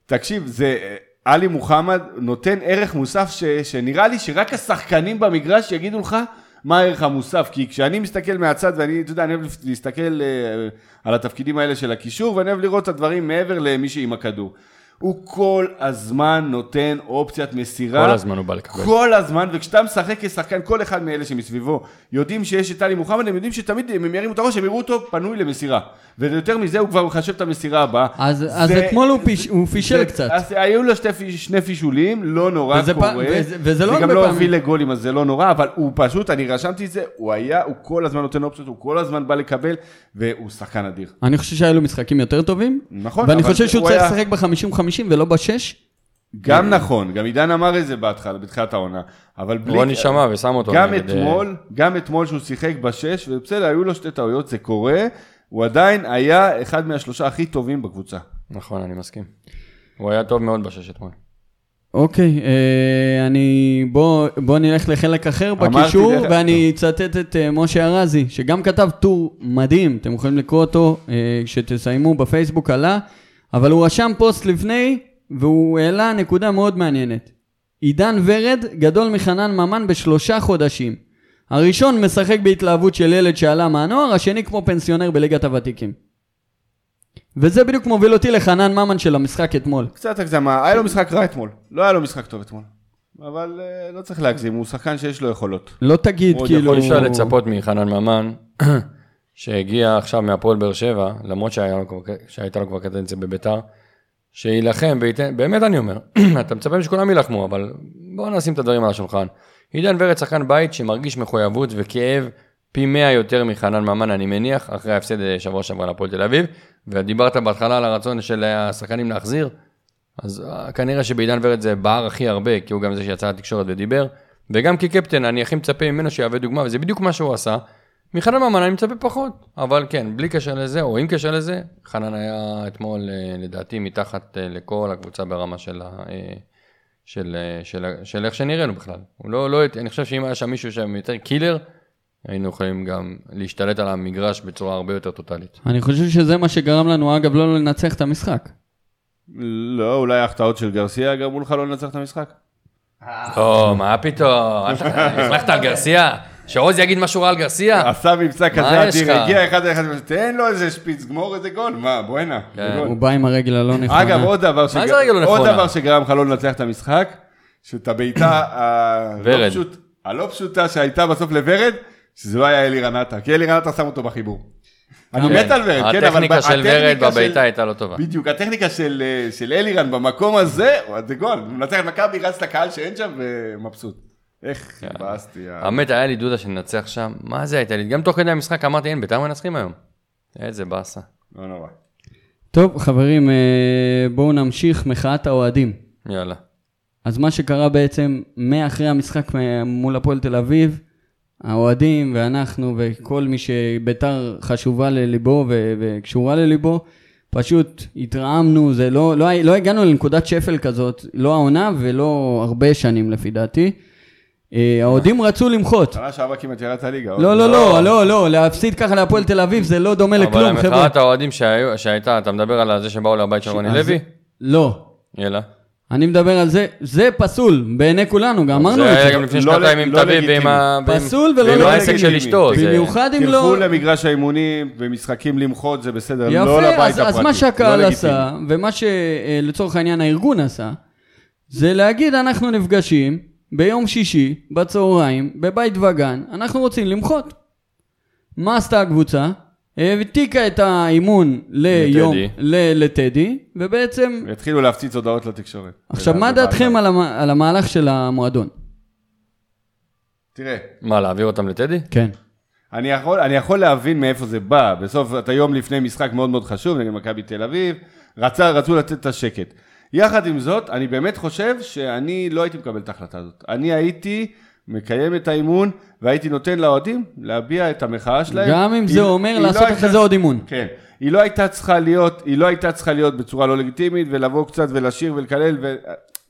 תקשיב, זה... אה, עלי מוחמד נותן ערך מוסף ש... שנראה לי שרק השחקנים במגרש יגידו לך מה הערך המוסף? כי כשאני מסתכל מהצד, ואני, אתה יודע, אני אוהב להסתכל אה, על התפקידים האלה של הקישור, ואני אוהב לראות את הדברים מעבר למי שעם הכדור. הוא כל הזמן נותן אופציית מסירה.
כל הזמן הוא בא לקבל.
כל הזמן, וכשאתה משחק כשחקן, כל אחד מאלה שמסביבו יודעים שיש את טלי מוחמד, הם יודעים שתמיד אם הם ירימו את הראש, הם יראו אותו פנוי למסירה. ויותר מזה, הוא כבר מחשב את המסירה הבאה.
אז,
זה-
אז אתמול הוא, פיש, הוא פישל
זה-
קצת.
אז היו לו שתי, פיש- שני פישולים, לא נורא
וזה
קורה.
פ- וזה- וזה לא
זה גם
הרבה
לא
פעמים.
הוביל לגולים, אז זה לא נורא, אבל הוא פשוט, אני רשמתי את זה, הוא היה, הוא כל הזמן נותן אופציות, הוא כל הזמן בא לקבל, והוא שחקן אדיר.
אני חושב שהיו לו משחקים יותר טובים.
נכון,
ואני
אבל
חושב שהוא
הוא
צריך
היה-
לשחק ב-50-50 ולא ב-6.
גם נכון, גם עידן אמר את זה בהתחלה, בתחילת העונה, אבל בלי...
רוני שמע ושם אותו.
גם
נגד, אה,
אתמול, גם אתמול שהוא שיחק בשש, ובסדר, היו לו שתי טעויות, זה קורה, הוא עדיין היה אחד מהשלושה הכי טובים בקבוצה.
אה, נכון, אני מסכים. הוא היה טוב מאוד בשש אתמול.
אוקיי, אה, אני... בוא, בוא נלך לחלק אחר
אמרתי
בקישור,
לך-
ואני אצטט את אה, משה ארזי, שגם כתב טור מדהים, אתם יכולים לקרוא אותו אה, כשתסיימו בפייסבוק עלה, אבל הוא רשם פוסט לפני, והוא העלה נקודה מאוד מעניינת. עידן ורד גדול מחנן ממן בשלושה חודשים. הראשון משחק בהתלהבות של ילד שעלה מהנוער, השני כמו פנסיונר בליגת הוותיקים. וזה בדיוק מוביל אותי לחנן ממן של המשחק אתמול.
קצת הגזמה, היה לו משחק רע אתמול, לא היה לו משחק טוב אתמול. אבל אה, לא צריך להגזים, הוא שחקן שיש לו יכולות.
לא תגיד
עוד
כאילו...
יכול אפשר לצפות מחנן ממן, שהגיע עכשיו מהפועל באר שבע, למרות שהיה לו כבר- שהייתה לו כבר קדנציה בביתר, שיילחם וייתן, באמת אני אומר, אתה מצפה שכולם יילחמו, אבל בואו נשים את הדברים על השולחן. עידן ורד שחקן בית שמרגיש מחויבות וכאב פי 100 יותר מחנן ממן, אני מניח, אחרי ההפסד אה, שבוע שעבר להפועל תל אביב, ודיברת בהתחלה על הרצון של השחקנים להחזיר, אז אה, כנראה שבעידן ורד זה בער הכי הרבה, כי הוא גם זה שיצא לתקשורת ודיבר, וגם כקפטן, אני הכי מצפה ממנו שיהווה דוגמה, וזה בדיוק מה שהוא עשה. מחנן ממן אני מצפה פחות, אבל כן, בלי קשר לזה, או עם קשר לזה, חנן היה אתמול, אה, לדעתי, מתחת אה, לכל הקבוצה ברמה של, ה, אה, של, אה, של, ה- של איך שנראינו בכלל. הוא לא, לא, אני חושב שאם היה שם מישהו שהם יותר קילר, היינו יכולים גם להשתלט על המגרש בצורה הרבה יותר טוטאלית.
אני חושב שזה מה שגרם לנו, אגב, לא לנצח את המשחק.
לא, אולי ההחטאות של גרסיה גרמו לך לא לנצח את המשחק?
לא, מה פתאום, החלכת על גרסיה? שעוז יגיד משהו רע על גרסיה?
עשה מבצע
מה
כזה
יש
אדיר,
לך?
הגיע אחד על אחד, תן לו איזה שפיץ, גמור איזה גול, מה, בואנה. זה
כן.
גול.
הוא בא עם הרגל הלא נכונה.
אגב, עוד דבר, שג-
זה רגל לא
עוד
נכונה?
דבר שגרם לך לא לנצח את המשחק, שאת הבעיטה הלא
ורד.
פשוט- הלא פשוטה שהייתה בסוף לוורד, שזה לא היה אלירן עטר, כי אלירן עטר שם אותו בחיבור. אני מת על ורד, כן, אבל...
הטכניקה
ב-
של ורד
הטכניקה
בבעיטה
של-
הייתה לא טובה.
בדיוק, הטכניקה של אה, של אלירן במקום הזה, זה גול, הוא מנצח את מכבי, רץ לקהל שאין שם ומבסוט. איך
כן.
באסתי. ה-
האמת, היה לי דודה שננצח שם, מה זה הייתה לי? גם תוך כדי המשחק אמרתי, אין, בית"ר מנצחים היום. איזה באסה.
לא נורא.
טוב, חברים, אה, בואו נמשיך, מחאת האוהדים.
יאללה.
אז מה שקרה בעצם, מאחרי המשחק אה, מול הפועל תל אביב, האוהדים ואנחנו וכל מי שביתר חשובה לליבו ו- וקשורה לליבו, פשוט התרעמנו, זה לא, לא, הי- לא הגענו לנקודת שפל כזאת, לא העונה ולא הרבה שנים לפי דעתי. אה, האוהדים רצו למחות.
שנה שעברה כמעט ירדת ליגה. עוד
לא, לא, לא, לא, לא, להפסיד ככה להפועל תל אביב זה לא דומה
אבל
לכלום, חבר'ה.
המחאת האוהדים שהיו- שהייתה, אתה מדבר על זה שבאו לבית של רוני
אז-
לוי?
לא.
יאללה.
אני מדבר על זה, זה פסול בעיני כולנו, גם אמרנו
זה
את
היה
זה.
גם לפני
לא
שנתיים
לג-
עם
לא
טביב ועם ה- ועם-
פסול ולא
ועם העסק
לגיטימי.
של אשתו. זה-
במיוחד אם לא...
תלכו למגרש האימונים, במשחקים למחות זה בסדר, לא לבית
יפה,
הפרטי.
אז, אז מה שהקהל
לא לגיטימי.
עשה, ומה שלצורך העניין הארגון עשה, זה להגיד אנחנו נפגשים ביום שישי, בצהריים, בבית וגן, אנחנו רוצים למחות. מה עשתה הקבוצה? העתיקה את האימון ליום,
לטדי.
ל- לטדי, ובעצם
התחילו להפציץ הודעות לתקשורת.
עכשיו,
ולה-
מה
לוועדה.
דעתכם על, המה, על המהלך של המועדון?
תראה,
מה, להעביר אותם לטדי?
כן.
אני יכול, אני יכול להבין מאיפה זה בא. בסוף, אתה יום לפני משחק מאוד מאוד חשוב נגד מכבי תל אביב, רצה, רצו לתת את השקט. יחד עם זאת, אני באמת חושב שאני לא הייתי מקבל את ההחלטה הזאת. אני הייתי מקיים את האימון, והייתי נותן לאוהדים להביע את המחאה שלהם.
גם אם זה
היא-
אומר
היא
לעשות
לא
אחרי
הייתה-
זה עוד אימון.
כן. היא לא הייתה צריכה להיות, היא לא הייתה צריכה להיות בצורה לא לגיטימית, ולבוא קצת ולשיר ולקלל,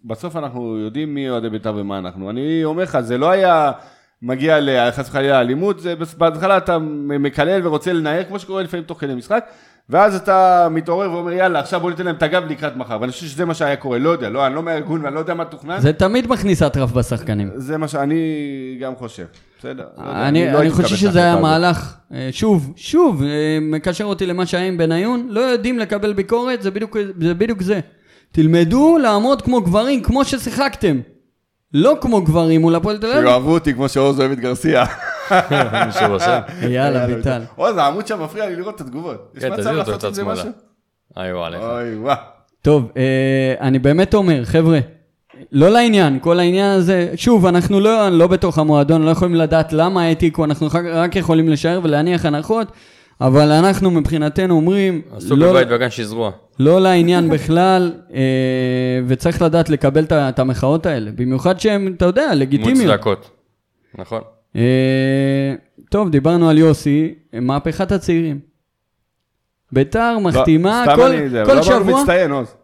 ובסוף אנחנו יודעים מי אוהדי בית"ר ומה אנחנו. אני אומר לך, זה לא היה מגיע ל- חס וחלילה לאלימות, זה בס- בהתחלה אתה מ- מקלל ורוצה לנער, כמו שקורה לפעמים תוך כדי משחק, ואז אתה מתעורר ואומר, יאללה, עכשיו בוא ניתן להם את הגב לקראת מחר. ואני חושב שזה מה שהיה קורה, לא יודע, לא, אני לא מהארגון ואני לא יודע מה תוכנן,
זה תמיד מכניס אטרף בשחקנים.
זה מה שאני גם חושב. בסדר. לא יודע,
אני,
לא
אני
הייתי
חושב
מקבל את
שזה היה
ההחלטה הזאת.
מהלך, אה, שוב, שוב, אה, מקשר אותי למה שהיה עם בניון, לא יודעים לקבל ביקורת, זה בדיוק זה. בדיוק זה. תלמדו לעמוד כמו גברים, כמו ששיחקתם. לא כמו גברים מול הפועל תל אביב.
שיאהבו אותי כמו שעוז אוהב את גרסיה.
מישהו עושה?
יאללה, ביטל.
עוז, העמוד שם מפריע לי לראות את התגובות. יש
כן,
מצב
תזיז אותו לא.
לעשות
קצת
עם זה
שמאלה.
משהו?
אוי וואלה.
אוי, וואה.
טוב, אה, אני באמת אומר, חבר'ה, לא לעניין, כל העניין הזה, שוב, אנחנו לא, לא בתוך המועדון, לא יכולים לדעת למה העתיקו, אנחנו רק, רק יכולים לשער ולהניח הנחות, אבל אנחנו מבחינתנו אומרים,
עשו
לא,
בבית בגן שזרוע.
לא לעניין בכלל, אה, וצריך לדעת לקבל את ה- את המחאות האלה, במיוחד שהן, אתה יודע, לגיטימיות.
מוצדקות. נכון.
אה, טוב, דיברנו על יוסי, מהפכת הצעירים. ביתר
לא,
מחתימה
סתם
כל,
אני- זה,
כל
לא אמרנו
שבוע,
מצטיין, עוז.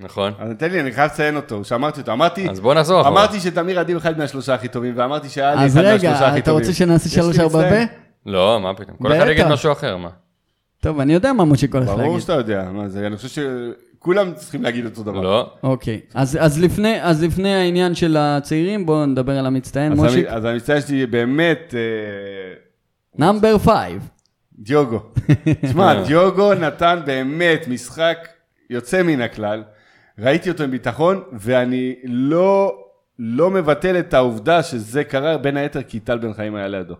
נכון.
אז תן לי, אני חייב לציין אותו, שאמרתי אותו. אמרתי,
אז בוא נחזור אחורה.
אמרתי שתמיר עדי הוא אחד מהשלושה הכי טובים, ואמרתי שעלי
אז
אחד מהשלושה הכי טובים.
רגע, אתה רוצה שנעשה
יש לי
שלוש ארבע
מצטיין.
ב?
לא, מה פתאום. כל אחד
בטח.
יגיד משהו אחר, מה?
טוב, אני יודע מה מושיק הולך להגיד.
ברור שאתה יודע, מה זה, אני חושב שכולם צריכים להגיד אותו דבר.
לא.
אוקיי, אז, אז, לפני, אז לפני העניין של הצעירים, בואו נדבר על המצטיין,
אז
מושיק.
המ- אז המצטיין שלי באמת, אה,
נאמבר פייב.
דיוגו. תשמע, דיוגו נתן באמת משחק יוצא מן הכלל. ראיתי אותו עם ביטחון, ואני לא, לא מבטל את העובדה שזה קרה, בין היתר כי טל בן חיים היה לידו.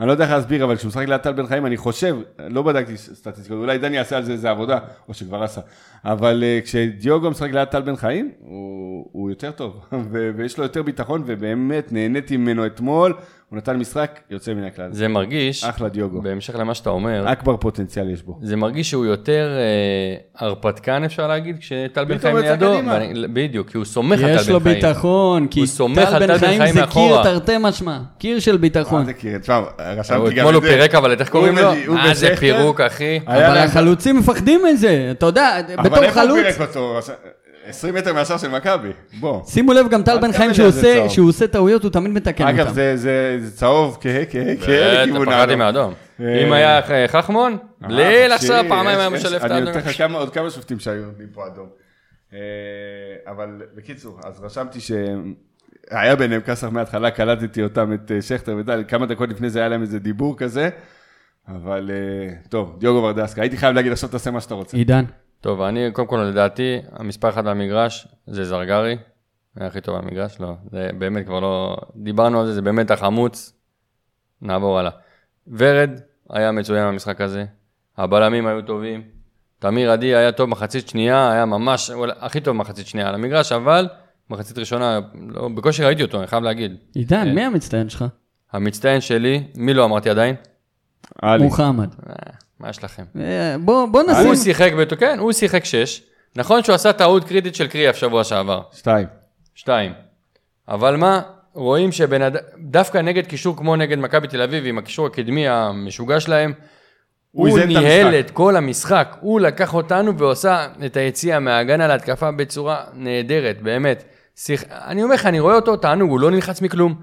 אני לא יודע איך להסביר, אבל כשהוא משחק ליד טל בן חיים, אני חושב, לא בדקתי סטטיסטיקות, אולי דני יעשה על זה איזה עבודה, או שכבר עשה, אבל אה, כשדיוגו משחק ליד טל בן חיים, הוא, הוא יותר טוב, ו- ויש לו יותר ביטחון, ובאמת נהניתי ממנו אתמול, הוא נתן משחק יוצא מן הכלל.
זה מרגיש,
אחלה דיוגו.
בהמשך למה שאתה אומר,
אכבר פוטנציאל יש בו.
זה מרגיש שהוא יותר אה, הרפתקן אפשר להגיד, כשטל בן
פתאום
חיים
יצא
לידו,
קדימה.
ואני- בדיוק, כי הוא סומך על טל בן חיים.
יש לו ביטחון, כי
הוא סומך על
טל בן חיים זה קיר
מאחורה.
תרתי משמע, קיר של ביטחון.
מה אה, זה קיר? תשמע,
הוא
רשמתי גם
אתמול הוא פירק אבל את איך קוראים לו?
הוא
אה זה
ושכטר.
פירוק אחי.
היה
אבל
להם-
החלוצים מפחדים מזה, אתה יודע,
אבל
בתור
איפה הוא
חלוץ,
פירק אותו? רש- 20 מטר מהשאר של מכבי. בוא.
שימו לב, גם טל
אל
בן
תקבל
חיים
על
שהוא
זה
עושה-
צהוב.
שהוא עושה טעויות, הוא תמיד מתקן
אגב,
כן, אותם.
זה- זה זה צהוב כהה, כהה, כהה
בטח,
לכיוון
פחדתי
האדום.
מאדום.
אה,
אם היה אה, חכמון,
אה,
בלי לחשוב
תקשיבי, יש-
פעמיים היה
יש-
משלב את
אני
האדום.
נותן לך כמה- עוד כמה שופטים שהיו נותנים פה אדום. אה, אבל בקיצור, אז רשמתי שהיה ביניהם כסח מההתחלה, קלטתי אותם, את אה, שכטר ודל, כמה דקות לפני זה היה להם איזה דיבור כזה, אבל אה, טוב, דיוגו ברדסקה, הייתי חייב להגיד עכשיו תעשה מה שאתה רוצה.
עידן,
טוב, אני קודם כל לדעתי, המספר אחד במגרש זה זרגרי, היה הכי טוב במגרש, לא, זה באמת כבר לא, דיברנו על זה, זה באמת החמוץ, נעבור הלאה. ורד היה מצוין במשחק הזה, הבלמים היו טובים, תמיר עדי היה טוב מחצית שנייה, היה ממש, אולי הכי טוב מחצית שנייה על המגרש, אבל מחצית ראשונה, לא, בקושי ראיתי אותו, אני חייב להגיד.
עידן,
אה.
מי המצטיין שלך?
המצטיין שלי, מי לא אמרתי עדיין?
עלי.
מוחמד.
אה, מה יש לכם?
אה, בוא בוא
הוא
נשים,
שיחק, בתו- כן, הוא שיחק שש. נכון שהוא עשה טעות קריטית של קריאף שבוע שעבר,
שתיים.
שתיים. אבל מה, רואים שבן אדם, דווקא נגד קישור כמו נגד מכבי תל אביב, עם הקישור הקדמי המשוגע שלהם,
הוא
הוא
איזן את
ניהל
המשחק.
את כל המשחק, הוא לקח אותנו ועושה את היציאה מההגנה להתקפה בצורה נהדרת, באמת. שיח... אני אומר לך, אני רואה אותו, תענוג, הוא לא נלחץ מכלום.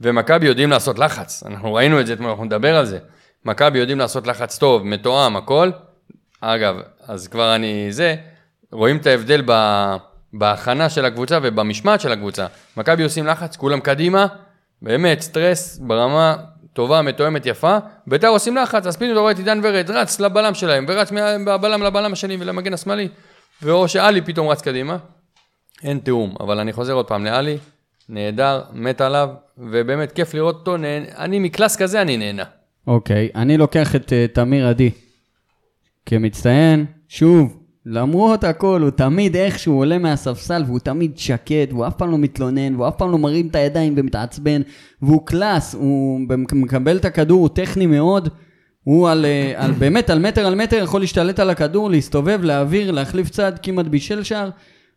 ומכבי יודעים לעשות לחץ, אנחנו ראינו את זה אתמול, אנחנו נדבר על זה. מכבי יודעים לעשות לחץ טוב, מתואם, הכל. אגב, אז כבר אני זה, רואים את ההבדל ב... בהכנה של הקבוצה ובמשמעת של הקבוצה. מכבי עושים לחץ, כולם קדימה, באמת, סטרס ברמה טובה, מתואמת, יפה. ביתר עושים לחץ, אז פתאום אתה רואה את עידן ורד רץ לבלם שלהם, ורץ מה- מהבלם לבלם השני ולמגן השמאלי, ואו שאלי פתאום רץ קדימה. אין תיאום, אבל אני חוזר עוד פעם לאלי, נהדר, מת עליו, ובאמת כיף לראות אותו, נהנה, אני מקלאס כזה אני נהנה.
אוקיי, אני לוקח את אה, תמיר עדי כמצטיין, שוב, למרות הכל, הוא תמיד איכשהו עולה מהספסל והוא תמיד שקט, והוא אף פעם לא מתלונן, והוא אף פעם לא מרים את הידיים ומתעצבן, והוא קלאס, הוא במק- מקבל את הכדור, הוא טכני מאוד, הוא על, אה, על באמת, על מטר על מטר יכול להשתלט על הכדור, להסתובב, להעביר, להחליף צד, כמעט בישל שער.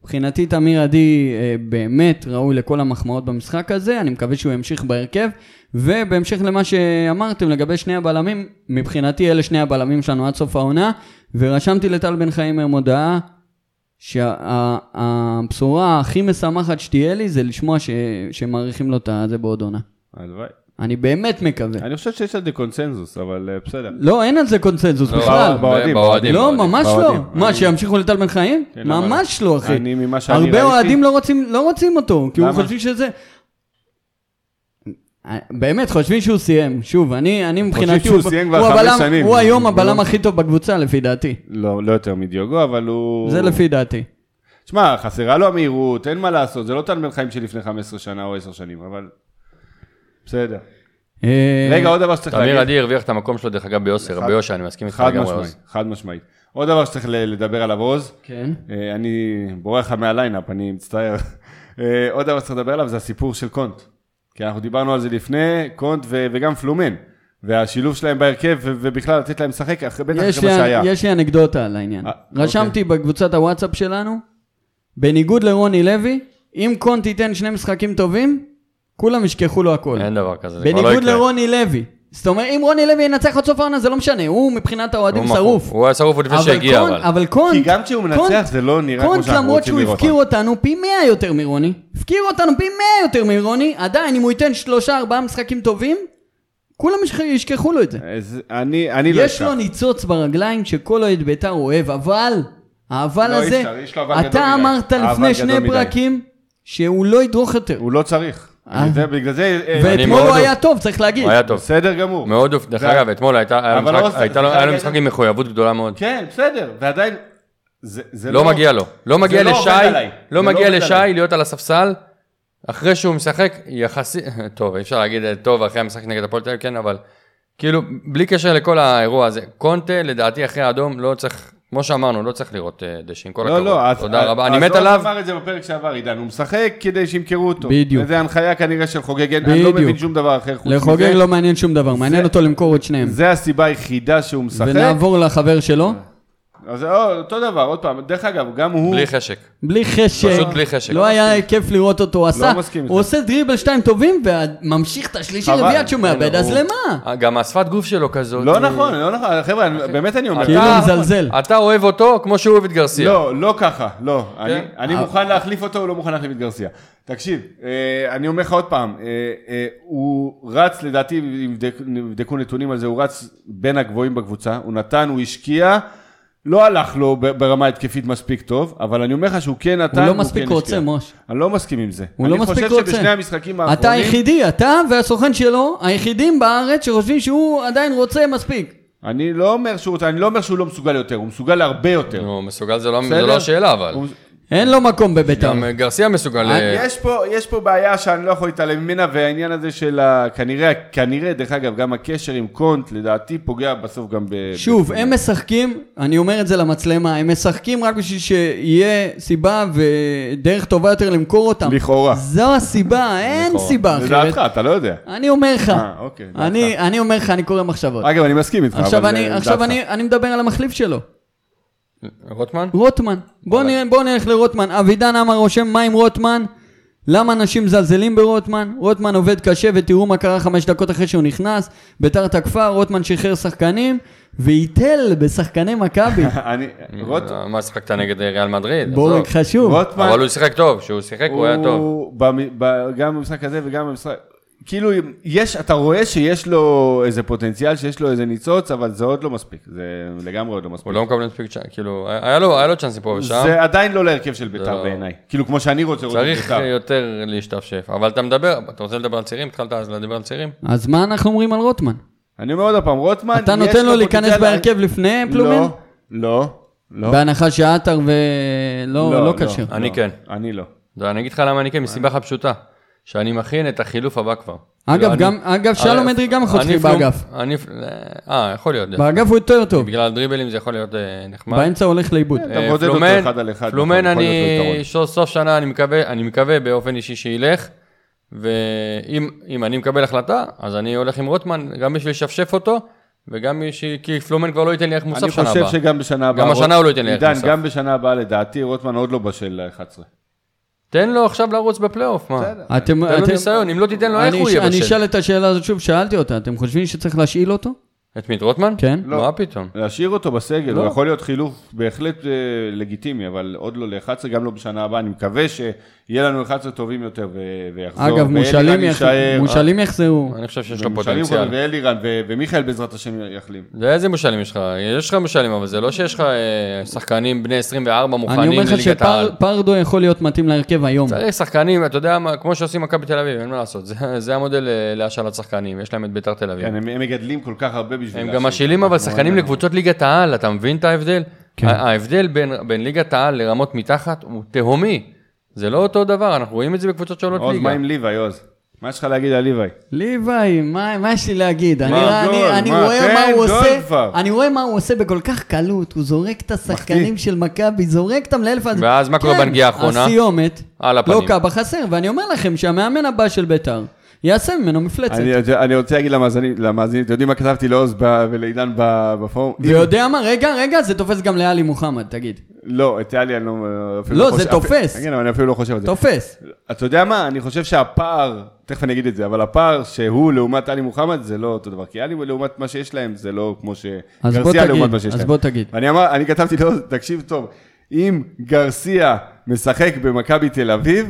מבחינתי תמיר עדי אה, באמת ראוי לכל המחמאות במשחק הזה, אני מקווה שהוא ימשיך בהרכב. ובהמשך למה שאמרתם לגבי שני הבלמים, מבחינתי אלה שני הבלמים שלנו עד סוף העונה, ורשמתי לטל בן חיים היום הודעה שהבשורה הכי משמחת שתהיה לי זה לשמוע ש, שמעריכים לו את זה בעוד עונה.
הלוואי.
אני באמת מקווה.
אני חושב שיש על זה קונצנזוס, אבל אה, בסדר.
לא, אין על זה קונצנזוס
לא,
בכלל.
באוהדים,
באוהדים,
לא,
באוהדים.
ממש לא.
באוהדים.
מה, שימשיכו לטל בן חיים?
כן, למה
ממש לא, אחי.
אני, ממה שאני
הרבה
ראיתי-
אוהדים לא רוצים לא רוצים אותו, כי הוא
למה?
חושבים שזה... אה, באמת, חושבים שהוא סיים. שוב, אני, אני מבחינתי...
שהוא
הוא-
סיים כבר
הוא
חמש
הבלם-
שנים.
הוא היום
הוא
הבלם
לא-
הכי טוב בקבוצה, לפי דעתי.
לא, לא יותר מדיוגו, אבל הוא...
זה לפי דעתי.
שמע, חסרה לו המהירות, אין מה לעשות, זה לא טל בן חיים שלפני 15 שנה או 10 שנים, אבל... בסדר.
אה,
רגע, עוד דבר שצריך
תמיר
להגיד.
עדי הרוויח את המקום שלו, דרך אגב, ביוסר,
חד-
ביושר, אני מסכים איתך
חד
לגמרי.
משמעית,
עוז.
חד משמעית. עוד דבר שצריך ל- לדבר עליו, עוז.
כן.
אה, אני בורח לך מהליינאפ, אני מצטער. אה, עוד דבר שצריך לדבר עליו זה הסיפור של קונט. כי אנחנו דיברנו על זה לפני, קונט ו- וגם פלומן. והשילוב שלהם בהרכב, ו- ובכלל לתת להם לשחק, אחרי- בטח
יש
אחרי מה
לי,
שהיה.
יש לי אנקדוטה על העניין.
אה,
רשמתי בקבוצת הוואטסאפ שלנו, בניגוד לרוני לוי, אם קונט ייתן שני משחקים טובים, כולם ישכחו לו הכל.
אין דבר כזה, זה כבר לא
בניגוד
יקרה.
לרוני לוי. זאת אומרת, אם רוני לוי ינצח עד סוף העונה, זה לא משנה, הוא מבחינת האוהדים
הוא מכור.
שרוף.
הוא היה שרוף עוד לפני שהגיע,
קונט-
אבל.
אבל קונט,
כי גם כשהוא מנצח
קונט-
זה לא נראה כמו
קונט,
שאנחנו
למרות
רוצים
שהוא
לראות.
הפקיר אותנו פי 100 יותר מרוני, הפקיר אותנו פי 100 יותר מרוני, עדיין אם הוא ייתן שלושה ארבעה משחקים טובים, כולם ישכח- ישכחו לו את זה.
אז אני, אני אה, לא
יש לו ניצוץ ברגליים שכל אוהד בית"ר אוהב, אבל, האבל
לא, אי
הזה,
אפשר, יש לו אבל גדול
אתה
מדי.
אמרת
אבל
לפני
גדול
שני
מדי.
פרקים שהוא לא ידרוך יותר.
הוא לא צריך.
אה.
זה- בגלל זה... אה,
אני
ואתמול
מאוד
הוא
אוהב.
היה טוב, צריך להגיד.
הוא היה טוב.
בסדר גמור.
מאוד אוף, דרך
זה-
אגב, אתמול הייתה- היה
אבל
משחק-
לא-
הייתה לו
זה-
היה לו
זה-
משחק עם מחויבות גדולה מאוד.
כן, בסדר, ועדיין... זה, זה
לא מגיע לו. לא מגיע
לא
לשי,
עובד עליי. זה לא
לא מגיע
עובד
לשי
עליי.
להיות על הספסל, אחרי שהוא משחק יחסי... טוב, אי אפשר להגיד אה, טוב אחרי המשחק נגד הפועל תל אביב, כן, אבל כאילו, בלי קשר לכל האירוע הזה, קונטה, לדעתי, אחרי האדום, לא צריך, כמו שאמרנו, לא צריך לראות אה, דשא, עם כל
לא,
הכבוד.
לא, אז...
תודה
אז-
רבה.
אז
אני מת
עוז
עליו,
אמר את זה בפרק שעבר, עידן, הוא משחק כדי שימכרו אותו.
בדיוק.
וזו הנחיה כנראה של חוגג, אין- אני לא
בדיוק.
מבין שום דבר אחר חוץ
לחוגג
מזה.
לא מעניין שום דבר, מעניין אותו למכור את שניהם.
זה הסיבה היחידה שהוא משחק.
ונעבור לחבר שלו,
אז זה או- אותו דבר, עוד פעם, דרך אגב, גם הוא...
בלי חשק.
בלי חשק.
פשוט בלי חשק.
לא היה כיף לראות אותו, הוא עשה,
לא מסכים איתך.
הוא עושה דריבל שתיים טובים, וממשיך את השלישי
חבל. כן,
רביעי עד שהוא מאבד,
הוא-
אז למה?
אה, גם השפת גוף שלו כזאת.
לא
אה,
נכון, לא נכון, חבר'ה, אני- באמת אני אומר.
כאילו
אתה-
מזלזל.
אתה אוהב אותו כמו שהוא אוהב את גרסיה.
לא, לא ככה, לא. אני,
כן.
אה.
אני מוכן להחליף אותו, הוא לא מוכן להחליף את גרסיה. תקשיב, אה, אני אומר לך עוד פעם, אה, אה, הוא רץ, לדעתי, אם יבדק- נבדקו נתונים על זה, הוא רץ בין הגבוהים בקבוצה, הוא נתן, הוא השקיע, לא הלך לו ב- ברמה התקפית מספיק טוב, אבל אני אומר לך שהוא כן נתן,
הוא לא
כן
מספיק
השקיע.
רוצה, מוש.
אני לא מסכים עם זה.
הוא לא מספיק רוצה.
אני חושב שבשני המשחקים האחרונים...
אתה היחידי, אתה והסוכן שלו, היחידים בארץ שחושבים שהוא עדיין רוצה מספיק.
אני לא אומר שהוא רוצה, אני לא אומר שהוא לא מסוגל יותר, הוא מסוגל להרבה יותר.
נו, מסוגל זה לא
בסדר?
זה לא השאלה, אבל.
הוא-
אין לו מקום בביתר.
גם אה, גרסיה מסוגל... אה,
יש פה, יש פה בעיה שאני לא יכול להתעלם ממנה, והעניין הזה של ה... כנראה, כנראה, דרך אגב, גם הקשר עם קונט, לדעתי, פוגע בסוף גם ב...
שוב,
ב-
הם משחקים, אני אומר את זה למצלמה, הם משחקים רק בשביל שיהיה סיבה ודרך טובה יותר למכור אותם.
לכאורה.
זו הסיבה, אין
לכאורה.
סיבה אחרת.
לדעתך, אתה לא יודע.
אני אומר לך,
אה, אוקיי, דעתך.
אני- אני אומר לך, אני קורא מחשבות.
אגב, אני מסכים איתך,
עכשיו
אבל...
אני-
אה,
עכשיו
לדעתך.
אני אני מדבר על המחליף שלו,
רוטמן?
רוטמן. בוא
אוקיי.
נראה- בוא נלך לרוטמן. אבידן עמר רושם, מה עם רוטמן? למה אנשים מזלזלים ברוטמן? רוטמן עובד קשה ותראו מה קרה חמש דקות אחרי שהוא נכנס. ביתר תקפה, רוטמן שחרר שחקנים, והיטל בשחקני מכבי.
אני...
אה,
רוט-
מה, שיחקת נגד אה, ריאל מדריד?
בורג
עזוב.
חשוב.
רוטמן...
אבל הוא שיחק טוב, כשהוא שיחק הוא היה טוב.
במ- ב- גם במשחק הזה וגם במשחק... כאילו, יש, אתה רואה שיש לו איזה פוטנציאל, שיש לו איזה ניצוץ, אבל זה עוד לא מספיק. זה לגמרי עוד לא מספיק.
הוא לא מקבל מספיק צ'אנס, כאילו, היה לו היה לו צ'אנסים פה ושם.
זה עדיין לא להרכב של
לא.
בית"ר בעיניי. כאילו, כמו שאני רוצה לראות את בית"ר.
צריך יותר להשתפשף. אבל אתה מדבר, אתה רוצה לדבר על צעירים? התחלת אז לדבר על צעירים?
אז מה אנחנו אומרים על רוטמן?
אני אומר עוד פעם, רוטמן,
אתה
יש
נותן לו להיכנס
פוטנציאל-
בהרכב לפני פלומן?
לא, לא, לא.
בהנחה שעטר ולא לא קשר.
אני כן.
אני לא.
ואני אגיד לך למה אני כן, מסיבה אחת פשוטה. שאני מכין את החילוף הבא כבר. כאילו,
אגב,
אני-
גם- אגב, שלום
אני-
אדרי גם יכול
אני
לשחק
פלום-
באגף.
אני... אה, יכול להיות. דווקא.
באגף הוא יותר טוב,
בגלל הדריבלים זה יכול להיות אה, נחמד.
באמצע הוא הולך לאיבוד.
אתה
אה,
מודד אותו
פלומן-
אחד על אחד,
פלומן,
נכון, יכול
אני
להיות לו יתרון.
סוף סוף שנה, אני מקווה, אני מקווה באופן אישי שילך, ואם אם אני מקבל החלטה, אז אני הולך עם רוטמן, גם בשביל לשפשף אותו, וגם בשביל, כי פלומן כבר לא ייתן לי ערך מוסף
אני
שנה הבאה.
חושב שגם בשנה הבאה...
גם השנה
רוט-
הוא לא ייתן לי ערך
עידן,
מוסף.
גם בשנה הבאה, לדעתי, רוטמן עוד לא בשל ל-11.
תן לו עכשיו לרוץ בפלייאוף, מה?
אתם-
תן לו
אתם-
ניסיון, אם לא תתן לו, איך
אני
הוא
אש-
יהיה
אני
בשל?
אשאל את השאלה הזאת שוב, שאלתי אותה, אתם חושבים שצריך להשאיל אותו?
את מיט רוטמן?
כן.
לא.
מה פתאום?
להשאיר אותו בסגל,
לא.
הוא יכול להיות חילוף בהחלט אה, לגיטימי, אבל עוד לא ל-11, גם לא בשנה הבאה, אני מקווה שיהיה לנו 11 טובים יותר ו- ויחזור.
אגב,
ואלירן
מושאלים יח-
אה,
יישאר. אה,
מושאלים יחזרו.
אני חושב שיש לו
ומושאלים
פוטנציאל.
קודם, ואלירן ו- ומיכאל בעזרת השם יחלים.
זה איזה מושאלים יש לך? יש לך מושאלים, אבל זה לא שיש לך אה, שחקנים בני 24 מוכנים
אני אומר לך
לליגת העל.
שפרדו יכול להיות מתאים להרכב היום.
צריך שחקנים, אתה יודע, מה, כמו שעושים מכבי תל אביב, אין מה לעשות. זה- זה המודל אה, להשאלת שחקנים, יש להם את ביתר תל אביב.
כן, הם הם מגדלים כל כך הרבה בשביל...
הם
להשאיר.
גם משילים אבל שחקנים לקבוצות ליגת העל, אתה מבין את ההבדל?
כן.
כן. ההבדל בין, בין ליגת העל לרמות מתחת הוא תהומי. זה לא אותו דבר, אנחנו רואים את זה בקבוצות שעולות
עוז,
ליגה.
מה עם ליוואי, עוז? מה יש לך להגיד על ליוואי?
ליוואי, מה מה יש לי להגיד? אני-
מה,
אני-
גול,
אני
מה,
רואה מה
תן
הוא
גול
עושה,
כבר.
אני רואה מה הוא עושה בכל כך קלות, הוא זורק את השחקנים של מכבי, זורק אותם לאלף... עד-
ואז מה קורה
כן,
בנגיעה האחרונה?
הסיומת,
על הפנים.
לא קאבה חסר, ואני אומר לכם שהמאמן הבא של ביתר יעשה ממנו מפלצת.
אני- אני רוצה להגיד למאזינים- למאזינים, אתם יודעים מה כתבתי לעוז ב- ולעידן ב- בפורום?
ויודע מה, רגע, רגע, זה תופס גם לאלי מוחמד, תגיד.
לא, את טלי אני לא... אפילו
לא, זה
חושב-
תופס.
כן, אבל אני אפילו לא חושב על זה.
תופס.
אתה יודע מה, אני חושב שהפער, תכף אני אגיד את זה, אבל הפער שהוא לעומת עלי מוחמד זה לא אותו דבר, כי עלי לעומת מה שיש להם זה לא כמו ש...
אז בוא
גרסיה
תגיד,
לעומת מה שיש
אז
להם.
בוא תגיד.
אני, אמר, אני כתבתי לו, תקשיב טוב, אם גרסיה משחק במכבי תל אביב,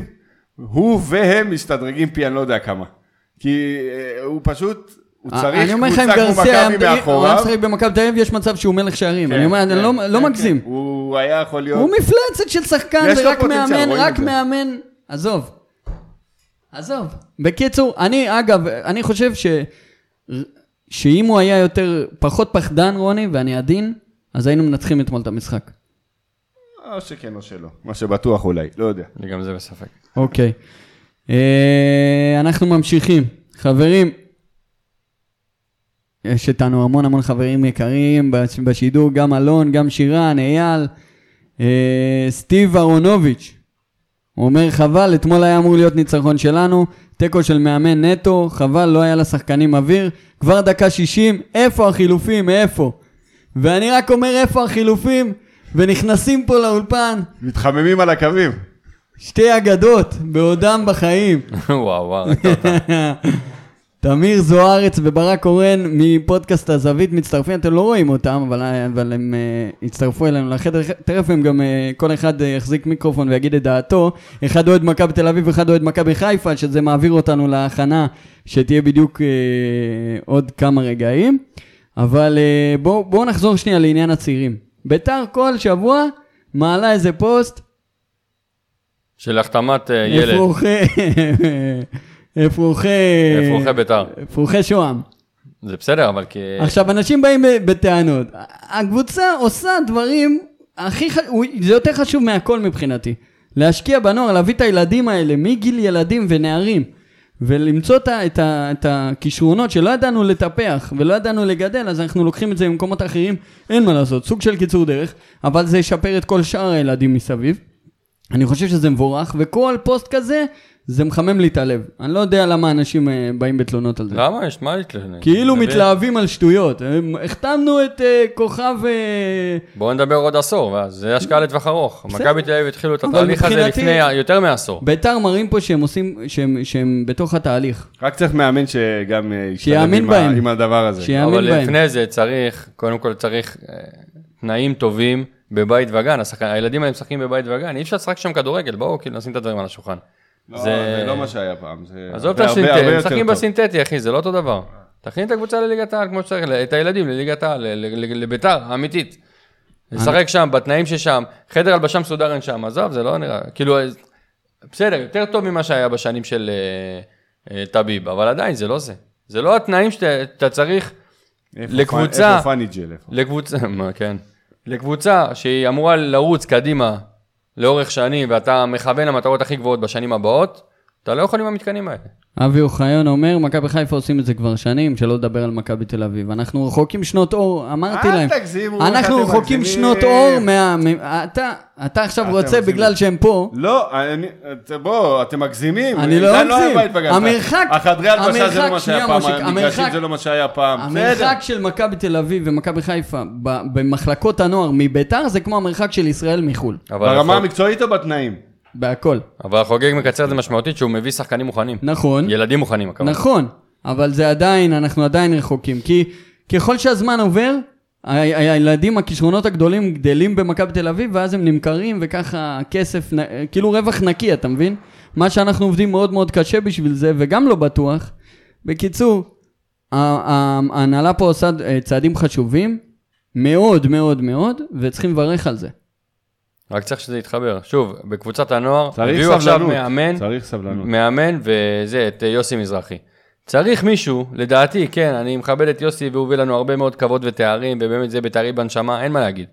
הוא והם משתדרגים פי אני לא יודע כמה. כי אה, הוא פשוט, הוא צריך
אה, אני אומר לך, אם
קבוצה כמו
גרסיה היה
מכבי
מדהים, הוא היה
מאחוריו.
משחק במכבי תל אביב, יש מצב שהוא מלך שערים.
כן,
אני אומר, אני
כן,
לא-
כן,
לא
כן.
מגזים.
הוא היה יכול להיות...
הוא מפלצת של שחקן,
יש לו
ורק
פוטנציאל,
מאמן,
רואים את
רק
זה.
מאמן. עזוב. עזוב. בקיצור, אני, אגב, אני חושב ש... שאם הוא היה יותר, פחות פחדן, רוני, ואני עדין, אז היינו מנצחים אתמול את המשחק.
או שכן או שלא, מה שבטוח אולי, לא יודע.
אני גם זה בספק.
אוקיי. אה, אנחנו ממשיכים. חברים, יש איתנו המון המון חברים יקרים בש- בשידור, גם אלון, גם שירן, אייל, אה, סטיב אהרונוביץ'. הוא אומר, חבל, אתמול היה אמור להיות ניצחון שלנו, תיקו של מאמן נטו, חבל, לא היה לשחקנים אוויר, כבר דקה 60, איפה החילופים, איפה? ואני רק אומר, איפה החילופים? ונכנסים פה לאולפן,
מתחממים על הקווים.
שתי אגדות בעודם בחיים.
וואו, וואו, רק טוב.
תמיר זוארץ וברק קורן מפודקאסט הזווית מצטרפים, אתם לא רואים אותם, אבל, אבל הם uh, הצטרפו אלינו לחדר, תכף הם גם, אה, כל אחד אה, יחזיק מיקרופון ויגיד את דעתו. אחד אוהד מכבי תל אביב, אחד אוהד מכבי חיפה, שזה מעביר אותנו להכנה שתהיה בדיוק אה, עוד כמה רגעים. אבל אה, בואו בוא נחזור שנייה לעניין הצעירים. ביתר כל שבוע מעלה איזה פוסט,
של החתמת אה, ילד,
אפרוחי, אפרוחי,
אפרוחי ביתר.
אפרוחי שוהם.
זה בסדר, אבל כי...
עכשיו, אנשים באים ב- בטענות. הקבוצה עושה דברים הכי ח... הוא- זה יותר חשוב מהכל מבחינתי. להשקיע בנוער, להביא את הילדים האלה מגיל ילדים ונערים, ולמצוא את ה- את ה- את הכישרונות שלא ידענו לטפח ולא ידענו לגדל, אז אנחנו לוקחים את זה ממקומות אחרים, אין מה לעשות, סוג של קיצור דרך, אבל זה ישפר את כל שאר הילדים מסביב. אני חושב שזה מבורך, וכל פוסט כזה, זה מחמם לי את הלב. אני לא יודע למה אנשים אה, באים בתלונות על זה.
למה יש? מה להתלונן?
כאילו
נביא-
מתלהבים על שטויות. הם- החתמנו את אה, כוכב... אה,
בואו נדבר עוד עשור, ואז זה השקעה לטווח ארוך. מכבי תל אביב התחילו את
אבל
התהליך הזה
מבחינתי-
לפני יותר מעשור.
ביתר מראים פה שהם עושים, שהם, שהם בתוך התהליך.
רק צריך מאמן שגם אה, ישתלב
שיאמין
עם,
בהם.
ה- עם הדבר הזה.
שיאמין
אבל
בהם.
לפני זה צריך, קודם כל צריך אה, תנאים טובים בבית וגן, השחק... הילדים האלה משחקים בבית וגן, אי אפשר לשחק שם כדורגל, בואו כאילו נשים את הדברים על השולחן.
לא, זה... לא מה שהיה פעם. זה
עזוב את
הרבה- הרבה- הרבה
הסינתטי,
יותר
משחקים
טוב.
בסינתטי אחי, זה לא אותו דבר. תכין את הקבוצה לליגת העל כמו שצריך, את הילדים לליגת העל, ל- ל- ל- לביתר, האמיתית. לשחק שם, בתנאים ששם, חדר הלבשה מסודר אין שם, עזוב, זה לא נראה, כאילו, אז- בסדר, יותר טוב ממה שהיה בשנים של אה, אה, טביב, אבל עדיין זה לא זה. זה לא התנאים שאתה צריך
איפה
לקבוצה-
איפה פאניג'ל? איפה?
לקבוצה, מה, כן. לקבוצה שהיא אמורה לרוץ קדימה לאורך שנים, ואתה מכוון למטרות הכי גבוהות בשנים הבאות, אתה לא יכול עם המתקנים האלה.
אבי אוחיון אומר, מכבי חיפה עושים את זה כבר שנים, שלא לדבר על מכבי תל אביב. אנחנו רחוקים שנות אור, אמרתי
אל
להם.
תגזימו,
אנחנו
אתם
רחוקים
מגזימים.
שנות אור מה... מה- אתה, אתה עכשיו
אתם
רוצה
מגזימים.
בגלל שהם פה.
לא, אני, את- בוא, אתם מגזימים.
אני לא
עידן היה
מגזים.
בבית בגן.
המרחק-
החדרי הלבשה זה
המרחק-
לא מה שהיה
שנייה,
פעם,
מושיק,
המגרשים
המרחק-
זה לא מה שהיה פעם. בסדר.
המרחק של מכבי תל אביב ומכבי חיפה ב- במחלקות הנוער מביתר זה כמו המרחק של ישראל מחו"ל.
אבל
ברמה
החוג-
המקצועית או בתנאים?
בהכל.
אבל החוגג מקצר את זה משמעותית שהוא מביא שחקנים מוכנים.
נכון.
ילדים מוכנים, הכוונה.
נכון, אבל זה עדיין, אנחנו עדיין רחוקים, כי ככל שהזמן עובר, ה- ה- הילדים, הכישרונות הגדולים גדלים במכבי תל אביב, ואז הם נמכרים, וככה כסף, נ- כאילו רווח נקי, אתה מבין? מה שאנחנו עובדים מאוד מאוד קשה בשביל זה, וגם לא בטוח. בקיצור, ה- ה- ההנהלה פה עושה אה, צעדים חשובים, מאוד מאוד מאוד, וצריכים לברך על זה.
רק צריך שזה יתחבר. שוב, בקבוצת הנוער,
צריך
הביאו עכשיו
סבלנות.
מאמן,
צריך סבלנות.
מאמן וזה, את אה, יוסי מזרחי. צריך מישהו, לדעתי, כן, אני מכבד את יוסי והוא הביא לנו הרבה מאוד כבוד ותארים, ובאמת זה בתארי בנשמה, אין מה להגיד.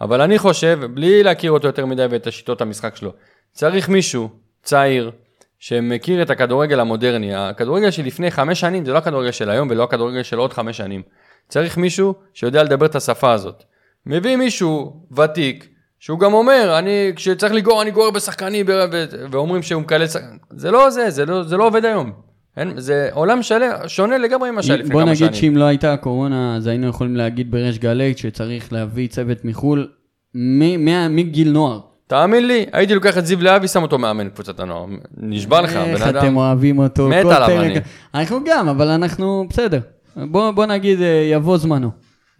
אבל אני חושב, בלי להכיר אותו יותר מדי ואת השיטות המשחק שלו, צריך מישהו, צעיר, שמכיר את הכדורגל המודרני. הכדורגל שלפני חמש שנים זה לא הכדורגל של היום ולא הכדורגל של עוד חמש שנים. צריך מישהו שיודע לדבר את השפה הזאת. מביא מישהו ותיק, שהוא גם אומר, אני, כשצריך לגור, אני גורר בשחקנים, ב- ו- ואומרים שהוא מקלל שחקנים. זה לא זה, זה לא, זה לא עובד היום. אין, זה עולם שלם, שונה לגמרי ממה שהיה לפני
בוא
כמה
נגיד
שנים.
שאם לא הייתה הקורונה, אז היינו יכולים להגיד בריש גלי שצריך להביא צוות מחו"ל מ- מה- מגיל נוער.
תאמין לי, הייתי לוקח את זיו להבי, שם אותו מאמן קבוצת הנוער. נשבע לך, בן
איך
אדם.
אתם אוהבים אותו.
מת
כל
עליו
פרק.
אני.
אנחנו גם, אבל אנחנו בסדר. בוא בוא נגיד, אה, יבוא זמנו.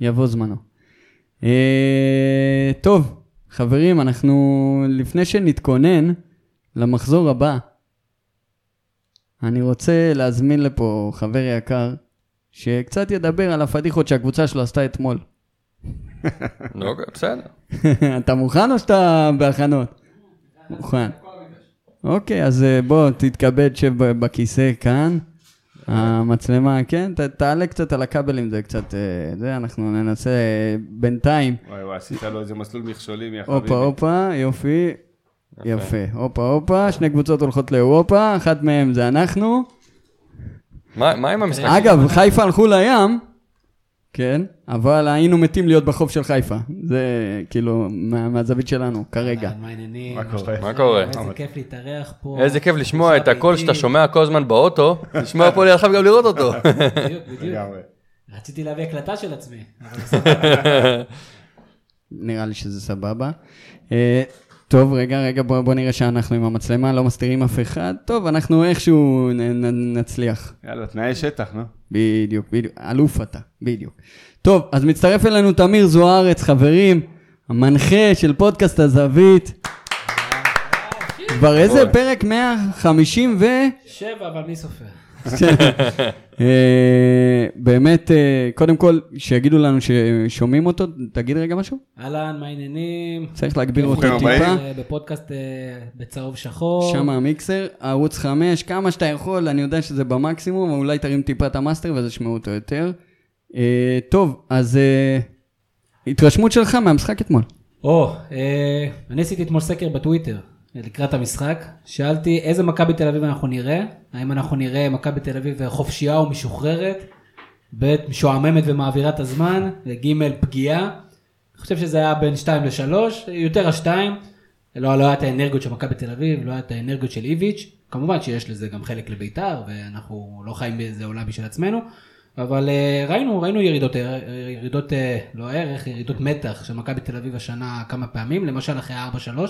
יבוא זמנו. אה, טוב, חברים, אנחנו, לפני שנתכונן למחזור הבא, אני רוצה להזמין לפה חבר יקר, שקצת ידבר על הפדיחות שהקבוצה שלו עשתה אתמול.
נו, אוקיי, בסדר.
אתה מוכן או שאתה בהכנות? מוכן. אוקיי, אז אה, בוא, תתכבד, שב ב- בכיסא כאן. המצלמה, כן, ת- תעלה קצת על הכבלים, זה קצת, אה, זה, אנחנו ננסה אה, בינתיים.
וואי וואי, עשית לו איזה מסלול מכשולים, יא חביבי.
הופה, הופה, יופי. יפה. הופה, הופה, שני קבוצות הולכות לאירופה, אחת מהן זה אנחנו.
מה מה עם המשחק?
אגב, חיפה הלכו לים, כן, אבל היינו מתים להיות בחוף של חיפה. זה כאילו מה- מהזווית שלנו, כרגע.
אהלן, מה העניינים?
מה קורה?
מה קורה?
איזה כיף להתארח פה.
אה,
איזה כיף לשמוע את
אה,
הקול שאתה שומע כל הזמן באוטו, לשמוע פה לידך וגם לראות אותו.
בדיוק, בדיוק.
לגמרי. אה.
רציתי להביא הקלטה של עצמי. אבל
נראה לי שזה סבבה. אה, טוב, רגע, רגע, בוא, בוא נראה שאנחנו עם המצלמה, לא מסתירים אף אחד. טוב, אנחנו איכשהו נ, נ, נצליח.
יאללה, תנאי שטח, נו.
אה.
בדיוק, בדיוק. אלוף אתה, בדיוק. טוב, אז מצטרף אלינו תמיר זוארץ, חברים, המנחה של פודקאסט הזווית. כבר איזה פרק 150 ו...
שבע, אבל מי סופר?
אה, באמת, אה, קודם כל, שיגידו לנו ששומעים אותו, תגיד רגע משהו?
אהלן, מה העניינים?
צריך להגביר
ברוכים
אותו
הבאים.
טיפה.
אה, בפודקאסט אה, בצהוב שחור.
שם המיקסר, ערוץ 5, כמה שאתה יכול, אני יודע שזה במקסימום, אבל אולי תרים טיפה את המאסטר ואז ישמעו אותו יותר. אה, טוב, אז אה, התרשמות שלך מהמשחק אתמול.
או, אה, אני עשיתי אתמול סקר בטוויטר אה, לקראת המשחק. שאלתי איזה מכבי תל אביב אנחנו נראה, האם אנחנו נראה מכבי תל אביב אה, חופשייה ומשוחררת, ב' משועממת ומעבירה את הזמן, ג' פגיעה. אני חושב שזה היה בין 2 ל-3, יותר ה-2. לא, לא היה את האנרגיות של מכבי תל אביב, לא היה את האנרגיות של איביץ', כמובן שיש לזה גם חלק לביתר, ואנחנו לא חיים באיזה עולם בשביל עצמנו, אבל אה, ראינו, ראינו ירידות, אה, ירידות אה, לא ערך, ירידות מתח של מכבי תל אביב השנה כמה פעמים, למשל אחרי ה-4-3,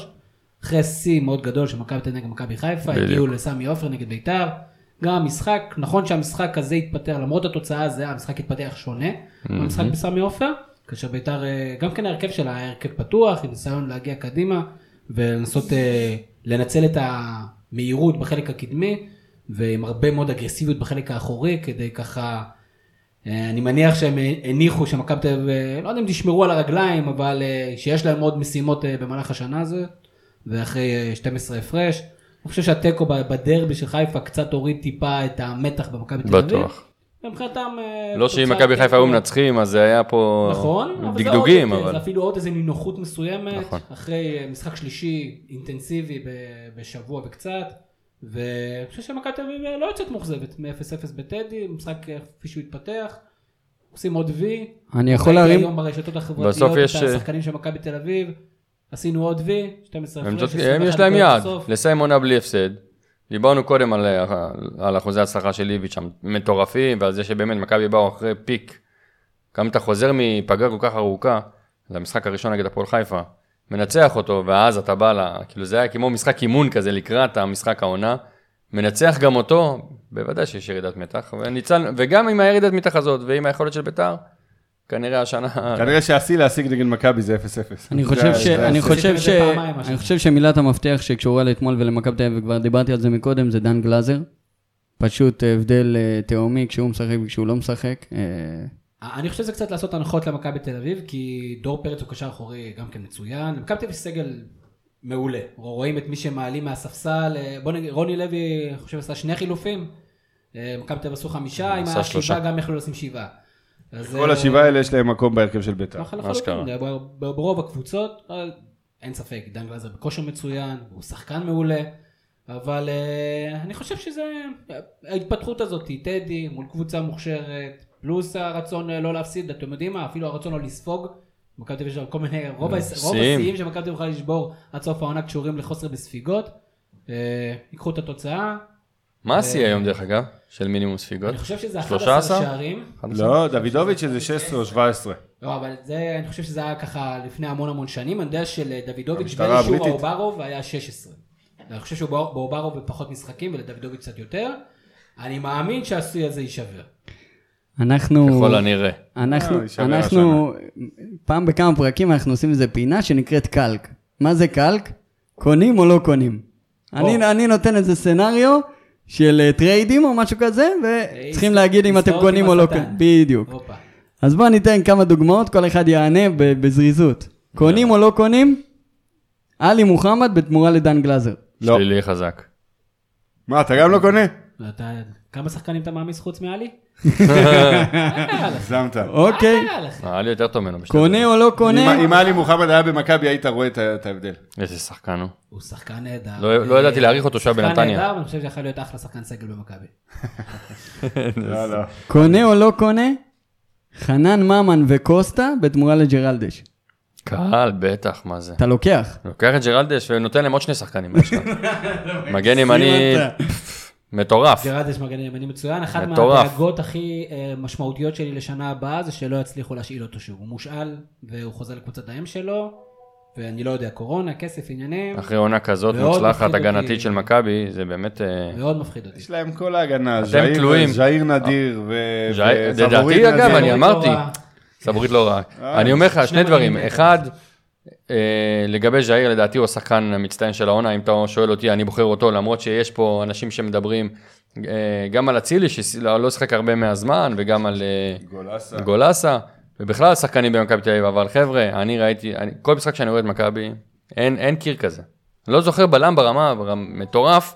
אחרי שיא מאוד גדול של מכבי תל אביב נגד מכבי חיפה,
בדיוק.
הגיעו לסמי עופר נגד ביתר, גם המשחק, נכון שהמשחק הזה התפתח, למרות התוצאה הזו, המשחק התפתח שונה, המשחק בסמי עופר, כאשר ביתר, אה, גם כן ההרכב שלה היה הרכב פתוח, עם ניסיון להגיע קדימה, ולנסות אה, לנצל את המהירות בחלק הקדמי, ועם הרבה מאוד אגרסיביות בחלק האחורי, כדי ככה אה, אני מניח שהם הניחו שמכבי תל אביב, אה, לא יודע אם תשמרו על הרגליים, אבל אה, שיש להם עוד משימות אה, במהלך השנה הזאת, ואחרי אה, 12 הפרש. אני חושב שהתיקו ב- בדרבי של חיפה קצת הוריד טיפה את המתח במכבי תל אביב.
בטוח.
ומבחינתם... אה,
לא שאם
תוצאה
מכבי חיפה היו
תיקו.
מנצחים, אז זה היה פה
נכון, אבל זה
דגדוגים,
עוד-
אבל...
זה אפילו עוד איזו נינוחות מסוימת,
נכון.
אחרי אה, משחק שלישי אינטנסיבי ב- בשבוע וקצת, ואני חושב שמכבי תל אביב אה, לא יוצאת מאוכזבת מ-0-0 בטדי, משחק אה, כפי שהוא התפתח, עושים עוד וי.
אני יכול
ראיתי
להרים-
היום ברשתות
בסוף
החברתיות
יש,
את
אה,
השחקנים של מכבי תל אביב, עשינו עוד וי, 12
הם
הפרש,
צודקים,
21
הם יש להם
נקודות
יעד,
בסוף.
לסיים עונה בלי הפסד. דיברנו קודם על, ה- על אחוזי ההצלחה של איביץ' המטורפים, ועל זה שבאמת מכבי באו אחרי פיק. גם אתה חוזר מפגרה כל כך ארוכה, למשחק הראשון נגד הפועל חיפה, מנצח אותו, ואז אתה בא ל... כאילו זה היה כמו משחק אימון כזה לקראת המשחק העונה. מנצח גם אותו, בוודאי שיש ירידת מתח, וניצל, וגם עם הירידת מתח הזאת ועם היכולת של ביתר, כנראה השנה...
כנראה שהשיא להשיג נגד מכבי זה 0-0.
אני
זה-
חושב ש...
זה
אני
השיא.
חושב
את
ש...
זה פעמיים,
אני חושב שמילת המפתח שקשורה לאתמול ולמכבי תל אביב, וכבר דיברתי על זה מקודם, זה דן גלאזר. פשוט הבדל אה, תהומי כשהוא משחק וכשהוא לא משחק. אה,
אני חושב שזה קצת לעשות הנחות למכבי תל אביב, כי דור פרץ הוא קשר אחורי גם כן מצוין. למכבי תל אביב יש סגל מעולה. רואים את מי שמעלים מהספסל. אה, בוא נגיד, רוני לוי, אני חושב, עשה שני חילופים. אה, מכבי תל אביב עשו חמישה, עם
עשה שלושה.
השבעה גם יכלו לשים שבעה. אז,
כל
אה,
השבעה האלה יש להם מקום בהרכב של ביתר.
נכון,
מה שקרה.
לחלוטין, זה ב- ב- ברוב הקבוצות, אבל אין ספק, דן גלזר בכושר מצוין, הוא שחקן מעולה, אבל אה, אני חושב שזה, אה, ההתפתחות הזאת, היא טדי מול קבוצה מוכשרת, פלוס הרצון אה, לא להפסיד, אתם יודעים מה, אפילו הרצון לא לספוג. מכבי תל אביב יש לה כל מיני, רוב הס- רוב
שיאים.
השיאים שמכבי תל אביב יכולה לשבור עד סוף העונה קשורים לחוסר בספיגות. אה, ייקחו את התוצאה,
מה השיא היום דרך אגב? של מינימום ספיגות?
אני חושב שזה 11
13?
שערים.
לא,
נכון.
דוידוביץ' שזה 16 או 17.
לא, אבל זה, אני חושב שזה היה ככה לפני המון המון שנים, אני יודע שלדוידוביץ'
המשטרה
ואישור
הבריטית.
האוברוב היה 16. אני חושב שבאוברוב בפחות משחקים ולדוידוביץ' קצת יותר. אני מאמין שהשיא הזה יישבר.
אנחנו...
ככל הנראה.
אנחנו,
אה, יישבר
אנחנו, פעם בכמה פרקים אנחנו עושים איזה פינה שנקראת קלק. מה זה קלק? קונים או לא קונים. אני, אני נותן איזה סצנריו של אה, טריידים או משהו כזה, וצריכים
עסק-
להגיד אם אתם
עסקאות
קונים
אה, עם
או לא
השטן.
קונים. בדיוק.
הופה.
אז בואו ניתן כמה דוגמאות, כל אחד יענה ב- בזריזות. קונים או לא קונים? עלי מוחמד בתמורה לדן גלאזר.
לא.
שלילי חזק.
מה, אתה גם לא קונה?
ואתה, כמה שחקנים אתה מעמיס חוץ מעלי?
הגזמת.
אוקיי,
אה, לך.
אה, היה לי יותר טוב ממנו בשתי
קונה או לא
אם-
קונה?
אם עלי מוחמד היה במכבי היית רואה את ה- את ההבדל.
דקות. איזה שחקן הוא.
הוא שחקן נהדר.
לא- לא ידעתי להעריך אותו שהיה
שחקן
בנתניה.
נהדר, ואני חושב שיכול להיות אחלה שחקן סגל במכבי.
לא, לא.
קונה או לא קונה? חנן ממן וקוסטה בתמורה לג'רלדש.
קהל, בטח, מה זה.
אתה לוקח.
לוקח את ג'רלדש ונותן להם עוד שני שחקנים. מה יש לך? מגן ימני
סימנת.
מטורף.
ג'רד יש מגן ימני מצוין, אחת
מטורף.
מהדאגות הכי אה, משמעותיות שלי לשנה הבאה זה שלא יצליחו להשאיל אותו שוב. הוא מושאל, והוא חוזר לקבוצת האם שלו, ואני לא יודע, קורונה, כסף, עניינים,
אחרי עונה כזאת
מאוד
מוצלחת,
מפחיד אותי.
הגנתית של מכבי, זה באמת... אה,
מאוד מפחיד אותי.
יש להם כל ההגנה.
אתם
ז'איר-
תלויים.
ז'איר נדיר ו...
ז'איר-
וסבורית
לדעתי, אגב,
נדיר.
אני
לא
אמרתי.
רע.
סברית לא רעה. אני אומר לך שני דברים. אחד, אה, לגבי ז'איר, לדעתי הוא השחקן המצטיין של העונה, אם אתה שואל אותי, אני בוחר אותו, למרות שיש פה אנשים שמדברים אה, גם על אצילי, שלא שיחק הרבה מהזמן, וגם על אה,
גולסה.
גולסה, ובכלל שחקנים במכבי תל אביב, אבל חבר'ה, אני ראיתי, אני, כל משחק שאני רואה את מכבי, אין, אין קיר כזה. לא זוכר בלם ברמה, ברמה- מטורף,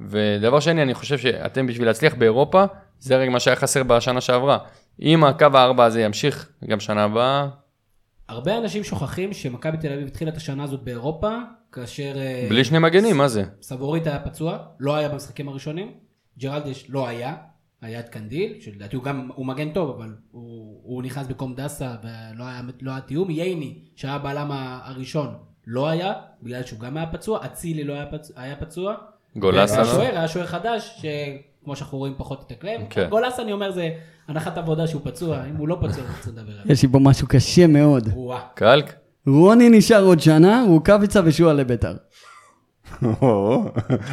ודבר שני, אני חושב שאתם בשביל להצליח באירופה, זה הרי מה שהיה חסר בשנה שעברה. אם הקו הארבע הזה ימשיך גם שנה הבאה,
הרבה אנשים שוכחים שמכבי תל אביב התחילה את השנה הזאת באירופה, כאשר... אה,
בלי שני מגנים, מה זה?
סבורית היה פצוע, לא היה במשחקים הראשונים, ג'רלדש לא היה, היה את קנדיל, שלדעתי הוא גם, הוא מגן טוב, אבל הוא, הוא נכנס במקום דסה ולא היה, לא היה תיאום, ייני, שהיה הבלם הראשון, לא היה, בגלל שהוא גם היה פצוע, אצילי לא היה, פצ... היה פצוע.
גולסה לא?
השוער, היה שוער חדש, שכמו שאנחנו רואים פחות התאקלם.
כן.
גולס אני אומר זה הנחת עבודה שהוא פצוע, אם הוא לא פצוע, אני רוצה לדבר עליו.
יש לי פה משהו קשה מאוד.
וואה.
קלק?
רוני נשאר עוד שנה, רוקאביצה ושועה לביתר.
או,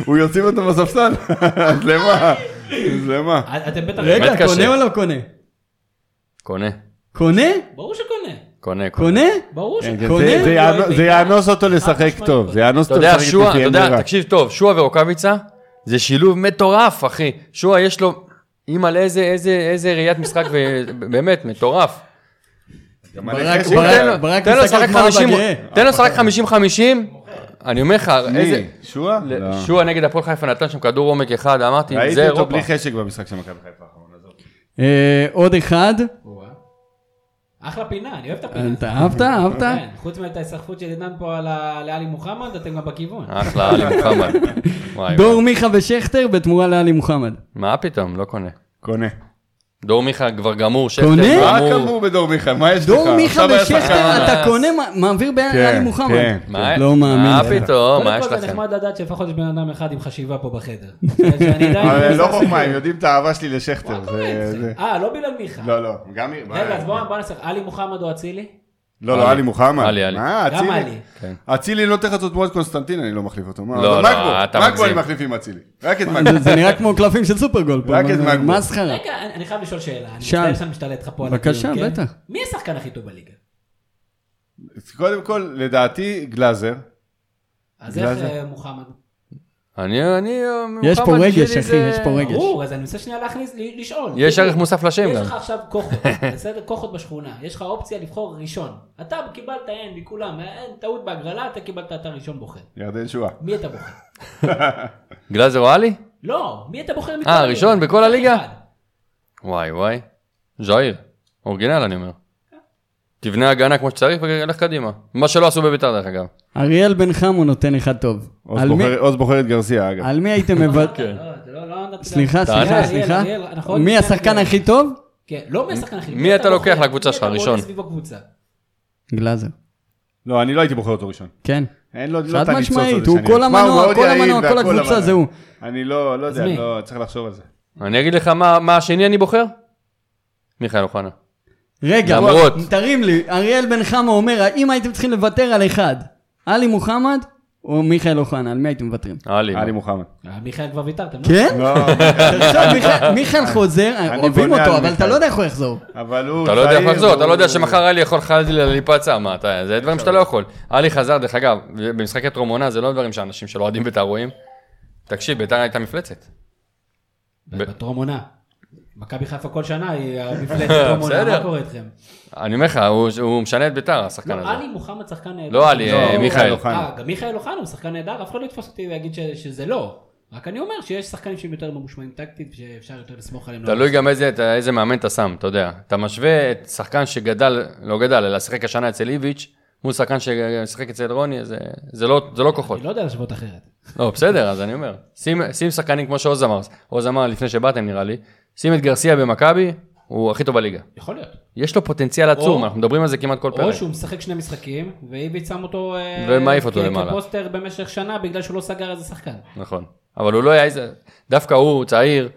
הוא יוצאים אותו בספסל. אז למה? אז למה?
אתם בטח...
רגע,
באמת קשה.
קונה או לא קונה?
קונה.
קונה?
ברור שקונה.
קונה, קונה.
קונה?
ברור שקונה.
קונה?
זה- זה יאנוס- זה יאנוס אותו לשחק
משמעית.
טוב. זה יאנוס
אתה
אותו
יודע,
לשחק
שועה, אתה
לפי אין
יודע,
ברירה.
תקשיב טוב, שועה ורוקאביצה זה שילוב מטורף, אחי. שועה יש לו, אימא איזה, איזה, איזה ראיית משחק, ובאמת, מטורף.
גם אני
ברק,
חושב-
ברק,
תן לו-
אה, ברק
תן לו
מסתכל
לשחק
כמו אבא
50,
גאה.
תן לו לשחק 50-50, אני אומר לך, איזה...
מי? שועה?
ל-
לא.
שועה נגד הפועל חיפה נתן שם כדור עומק אחד, אמרתי, זה
ראיתי אותו
אירופה.
בלי חשק במשחק של מכבי חיפה האחרון. עזוב.
אה, עוד אחד.
וואה. אחלה פינה, אני אוהב את הפינה.
אתה אהבת? אהבת?
כן, חוץ מאת ההיסחפות של עידן פה על ה- לאלי מוחמד, אתם גם בכיוון.
אה,
אחלה, עלי מוחמד. וואי,
דור מיכה ושכטר בתמורה לעלי מוחמד.
מה פתאום, לא קונה.
קונה.
דור מיכה כבר גמור, שכטר
קונה?
מה
גמור.
קבור בדור מיכה? מה יש לך?
דור מיכה
עכשיו היה שחקן.
ושכטר, אתה
אז-
קונה, מה- מעביר בעלי
כן,
מוחמד.
כן.
מה-
לא מאמין
מה
לך.
פתאום, מה
קודם
יש
כל זה
לכם?
נחמד לדעת שלפחות יש בן אדם אחד עם חשיבה פה בחדר. שאני עדיין-
אבל לא חוכמה, הם יודעים את האהבה שלי לשכטר. זה- זה-
אה, לא בגלל מיכה.
לא, לא, גם...
רגע, אז בואו נעשה, עלי מוחמד או אצילי?
לא,
עלי.
לא, עלי מוחמד.
עלי, עלי.
מה,
גם
אצילי?
עלי.
כן.
אצילי לא תחת זאת תמורת קונסטנטין, אני לא מחליף אותו. מה,
לא,
אבל
לא,
מגבו,
אתה
מגבו
מגזים.
אני מחליף עם אצילי. רק את
זה-
מגבו.
זה נראה כמו קלפים של סופרגול פה.
רק את
מה-
מגבו.
מה הסחרה?
רגע, אני אני חייב לשאול שאלה. אני
שאל.
מצטער שאני משתלט לך פה על
בבקשה,
הדיון, כן?
בטח.
מי השחקן הכי טוב בליגה?
קודם כל, לדעתי, גלאזר.
אז
בגלל
איך
זה.
אה, מוחמד?
אני, אני,
יש פה
מוחמד
רגש,
בשבילי
אחי,
זה-
יש פה רגש.
ברור, אז אני מנסה שנייה להכניס, ל- לשאול.
יש
כאילו,
ערך מוסף לשם גם.
יש לך עכשיו כוחות, בסדר? כוחות בשכונה. יש לך אופציה לבחור ראשון. אתה קיבלת אין מכולם, אין טעות בהגרלה, אתה קיבלת אתה ראשון בוחר.
ירדן שואה.
מי אתה בוחר?
גלאזר או עלי?
לא, מי אתה בוחר מכל
אה,
הליגה?
ראשון בכל הליגה?
אחד. אוקיי.
וואי וואי. ז'איר, אורגינל אני אומר. תבנה הגנה כמו שצריך ולך קדימה. מה שלא עשו בביתר דרך אגב.
אריאל בן חמו נותן אחד טוב.
עוז
על מי-
בוחר- כן. עוז בוחר את גרסיה, אגב.
על מי הייתם מוותר?
לא, זה לא- לא נתתי
אוקיי. סליחה,
לה-
סליחה,
אריאל,
סליחה.
אריאל, אנחנו עוד
מי
שנייה
השחקן
נגיע.
הכי טוב?
כן, לא מי השחקן הכי
מי אתה לוקח
בוחר?
לקבוצה
מי
שלך,
אתה בונה
ראשון?
סביב הקבוצה?
גלאזר.
לא, אני לא הייתי בוחר אותו ראשון.
כן.
אין לו, לא
חד
את הניצוץ הזה
משמעית,
שאני-
הוא כל
תשמע, הוא
המנוע,
מאוד
כל
יעיל
המנוע, כל
והכל,
הקבוצה
אבל-
זה הוא.
אני לא, לא יודע,
מי?
לא, צריך לחשוב על זה.
אני אגיד לך מה, מה השני אני בוחר? מיכאל אוחנה.
רגע,
למרות.
תרים לי, אריאל בן חמו אומר, האם הייתם צריכים לוותר על אחד, עלי מוחמד או מיכאל אוחנה, על מי הייתם מוותרים?
עלי.
עלי מוחמד.
אה, מיכאל כבר ויתרתם, לא?
כן?
לא,
עכשיו מיכאל- מיכאל חוזר,
אני
אוהבים
בונה
אותו,
על
אבל אתה
מיכאל.
לא יודע איך הוא יחזור.
אבל הוא...
אתה לא יודע איך
צעיר,
לחזור, אתה לא יודע
הוא-
שמחר עלי יכול חלילה להיפצע, מה אתה, זה דברים שאתה לא יכול. עלי חזר, דרך אגב, במשחקי טרום עונה זה לא דברים שאנשים שלא אוהדים בית"ר רואים. תקשיב, בית"ר הייתה מפלצת.
בטרום עונה. מכבי חיפה כל שנה היא המפלצת טרום עונה,
בסדר.
מה קורה איתכם?
אני אומר לך, הוא- הוא משנה את בית"ר, השחקן
לא,
הזה.
עלי מוחמד שחקן נהדר.
לא עלי,
לא,
אה,
הוא-
מיכאל.
אוחנה.
אה, גם מיכאל אוחנה הוא שחקן נהדר, אף אחד לא יתפוס אותי ויגיד ש- שזה לא. רק אני אומר שיש שחקנים שהם יותר ממושמעים טקטית, שאפשר יותר לסמוך עליהם.
תלוי גם איזה, אתה- לא איזה מאמן אתה שם, אתה יודע. אתה משווה את שחקן שגדל, לא גדל, אלא שיחק השנה אצל איביץ', מול שחקן ששיחק אצל רוני, זה, זה, לא, זה לא כוחות.
אני לא יודע להשוות אחרת.
לא, בסדר, אז אני אומר. שים, שים שחקנים כמו שעוז אמר, עוז אמר לפני שבאתם נראה לי, שים את גרסיה במכבי, הוא הכי טוב בליגה.
יכול להיות.
יש לו פוטנציאל עצום,
או-
אנחנו מדברים על זה כמעט כל
או
פרק.
שהוא משחק שני משחקים, ואיביץ' שם אותו... אה,
ומעיף אותו
כ-
למעלה.
כפוסטר במשך שנה, בגלל שהוא לא סגר איזה שחקן.
נכון. אבל הוא לא היה איזה, דווקא הוא צעיר,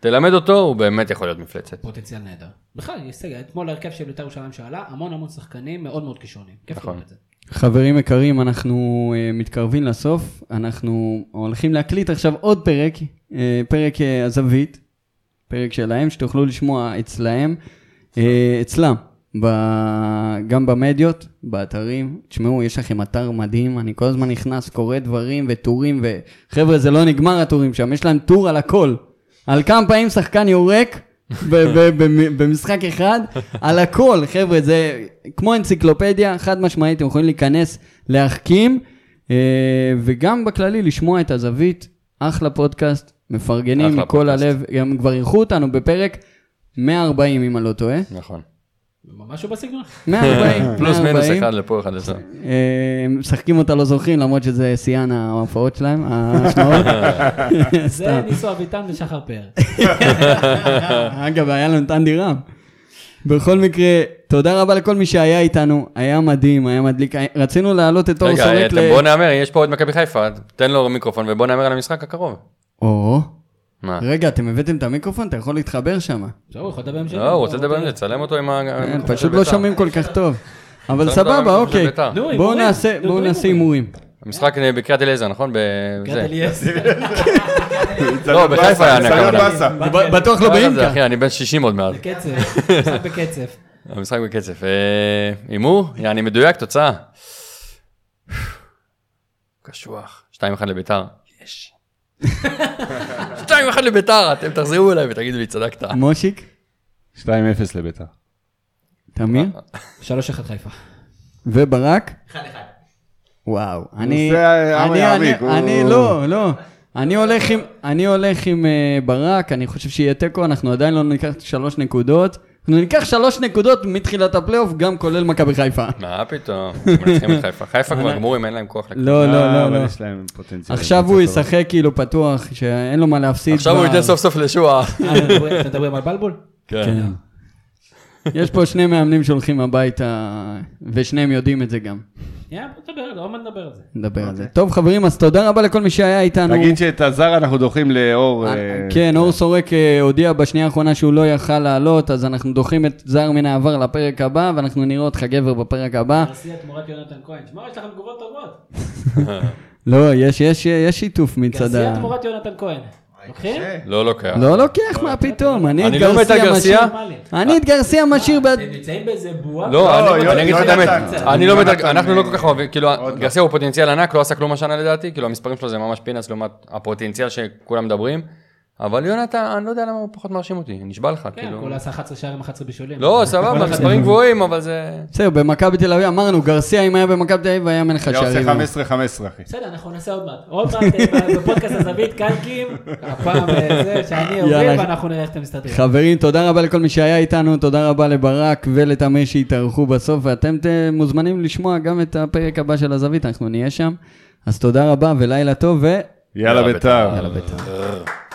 תלמד אותו, הוא באמת יכול להיות מפלצת.
פוטנציאל נהדר. בכלל, יש סגר. אתמול ההרכב של בית"ר ירושלים שעלה, המון המון שחקנים מאוד מאוד כישרונים. כיף
נכון.
לראות את זה.
חברים יקרים, אנחנו אה, מתקרבים לסוף. אנחנו הולכים להקליט עכשיו עוד פרק, אה, פרק אה, הזווית, פרק שלהם, שתוכלו לשמוע אצלהם, אה, אצלם, ב... גם במדיות, באתרים. תשמעו, יש לכם אתר מדהים, אני כל הזמן נכנס, קורא דברים וטורים, וחבר'ה, זה לא נגמר הטורים שם, יש להם טור על הכל. על כמה פעמים שחקן יורק ב- ב- ב- במשחק אחד, על הכל, חבר'ה, זה כמו אנציקלופדיה, חד משמעית, אתם יכולים להיכנס, להחכים, אה, וגם בכללי לשמוע את הזווית, אחלה פודקאסט, מפרגנים
אחלה
מכל
פודקאסט.
הלב, גם כבר אירחו אותנו בפרק 140, אם אני לא טועה.
נכון.
משהו לא בסגנון.
140,
פלוס מינוס
140.
אחד לפה, אחד לזה.
אה, הם משחקים אותה לא זוכרים, למרות שזה שיאן ההופעות שלהם, ההשמעות.
זה ניסו אביטן ושחר פאר.
אגב, היה לנו את אנדי רם. בכל מקרה, תודה רבה לכל מי שהיה איתנו, היה מדהים, היה מדליק. רצינו להעלות את אור
רגע,
סורק
אתם-
ל...
בוא נהמר, יש פה עוד מכבי חיפה, תן לו מיקרופון ובוא נהמר על המשחק הקרוב.
או,
מה?
רגע, אתם הבאתם את המיקרופון? אתה יכול להתחבר שם.
זהו, הוא יכול לדבר עם שלי.
לא, הוא רוצה לדבר עם אה, זה, תצלם אותו עם ה...
כן,
המיקרופון של
פשוט לא
בית"ר.
שומעים כל כך טוב. אבל
תצלם
סבבה,
אותו עם המיקרופון של
אוקיי.
בית"ר.
נו,
בואו
הימורים.
נעשה-
נו,
בואו
הימורים.
נעשה הימורים.
המשחק בקריית אליעזר, נכון? בזה.
ניצן
לא, בחיפה היה
ניצן
נקה,
עבאסה.
ב-
בטוח לא
לא יודע,
באינקה.
אחי, אני בן 60 עוד מעט.
בקצב, משחק בקצב.
המשחק בקצב. אה, הימור? יעני מדויק, תוצאה. קשוח. 2-1 לביתר. יש. 2-1 לביתר, אתם תחזרו אליי ותגידו לי, צדקת.
מושיק,
2-0 לביתר.
תמיר
3-1 חיפה.
וברק. וואו, אני...
זה עם
אני-
היעמיק,
אני- אני
הוא-
לא, לא. אני הולך עם, אני הולך עם אה, ברק, אני חושב שיהיה תיקו, אנחנו עדיין לא ניקח שלוש נקודות. אנחנו ניקח שלוש נקודות מתחילת הפלייאוף, גם כולל מכבי חיפה.
מה פתאום? הם מנצחים את חיפה. חיפה כבר גמורים, אין להם כוח. לכ-
לא, לא,
אה,
לא,
אבל
לא.
יש להם פוטנציאל.
עכשיו הוא
קבוצה טובה.
ישחק כאילו פתוח, שאין לו מה להפסיד.
עכשיו הוא
כבר.
ייתן סוף סוף לשועה.
אה, אתם מדברים- אתם מדברים על בלבול?
כן.
כן. יש פה שני מאמנים שהולכים הביתה, ושניהם יודעים את זה גם.
יאללה, בוא נדבר, לא מה נדבר על זה.
נדבר על
אוקיי.
זה. טוב, חברים, אז תודה רבה לכל מי שהיה איתנו.
נגיד שאת הזר אנחנו דוחים לאור...
אה,
אה,
כן, אור סורק אה, הודיע בשנייה האחרונה שהוא לא יכל לעלות, אז אנחנו דוחים את זר מן העבר לפרק הבא, ואנחנו נראה אותך גבר בפרק הבא.
תעשייה תמורת יונתן כהן. שמע, יש לכם תגובות טובות.
לא, יש, יש, יש שיתוף מצד
תעשייה
ה...
תמורת יונתן כהן. לוקחים?
לא לוקח.
לא לוקח, מה פתאום, אני את
אני לא מת על
גרסיה משאיר...
גרסיה?
אני את גרסיה משאיר בעד...
אתם נמצאים באיזה בועה?
לא,
לא,
אני-
יונתן,
אני אגיד לך את האמת,
יונתן.
אני לא
יונתן,
מדרג, אנחנו לא כל כך אוהבים, כאילו,
לא.
גרסיה הוא פוטנציאל ענק, לא עשה כלום השנה לדעתי, כאילו המספרים שלו זה ממש פינאץ לעומת הפוטנציאל שכולם מדברים, אבל יונתן, אני לא יודע למה הוא פחות מרשים אותי, אני נשבע לך,
כן,
כאילו.
כולה עשה 11 שערים, 11 בישולים.
לא, סבבה, מספרים גבוהים, אבל זה...
בסדר, במכבי תל אביב, אמרנו, גרסיה, אם היה במכבי תל אביב, היה מלך
היה
השערים.
עושה 15-15, אחי.
בסדר, אנחנו נעשה עוד מעט. עוד מעט אה, בפודקאסט הזווית קלקים, הפעם אה, זה שאני אוביל
יאללה.
ואנחנו נראה איך אתם מסתדרים.
חברים, תודה רבה לכל מי שהיה איתנו, תודה רבה לברק ולתמי שהתארחו בסוף, ואתם ת- מוזמנים לשמוע גם את הפרק הבא של הזווית, אנחנו נהיה שם. אז תודה רבה ולילה טוב, ו...
יאללה בית"ר.
יאללה בית"ר.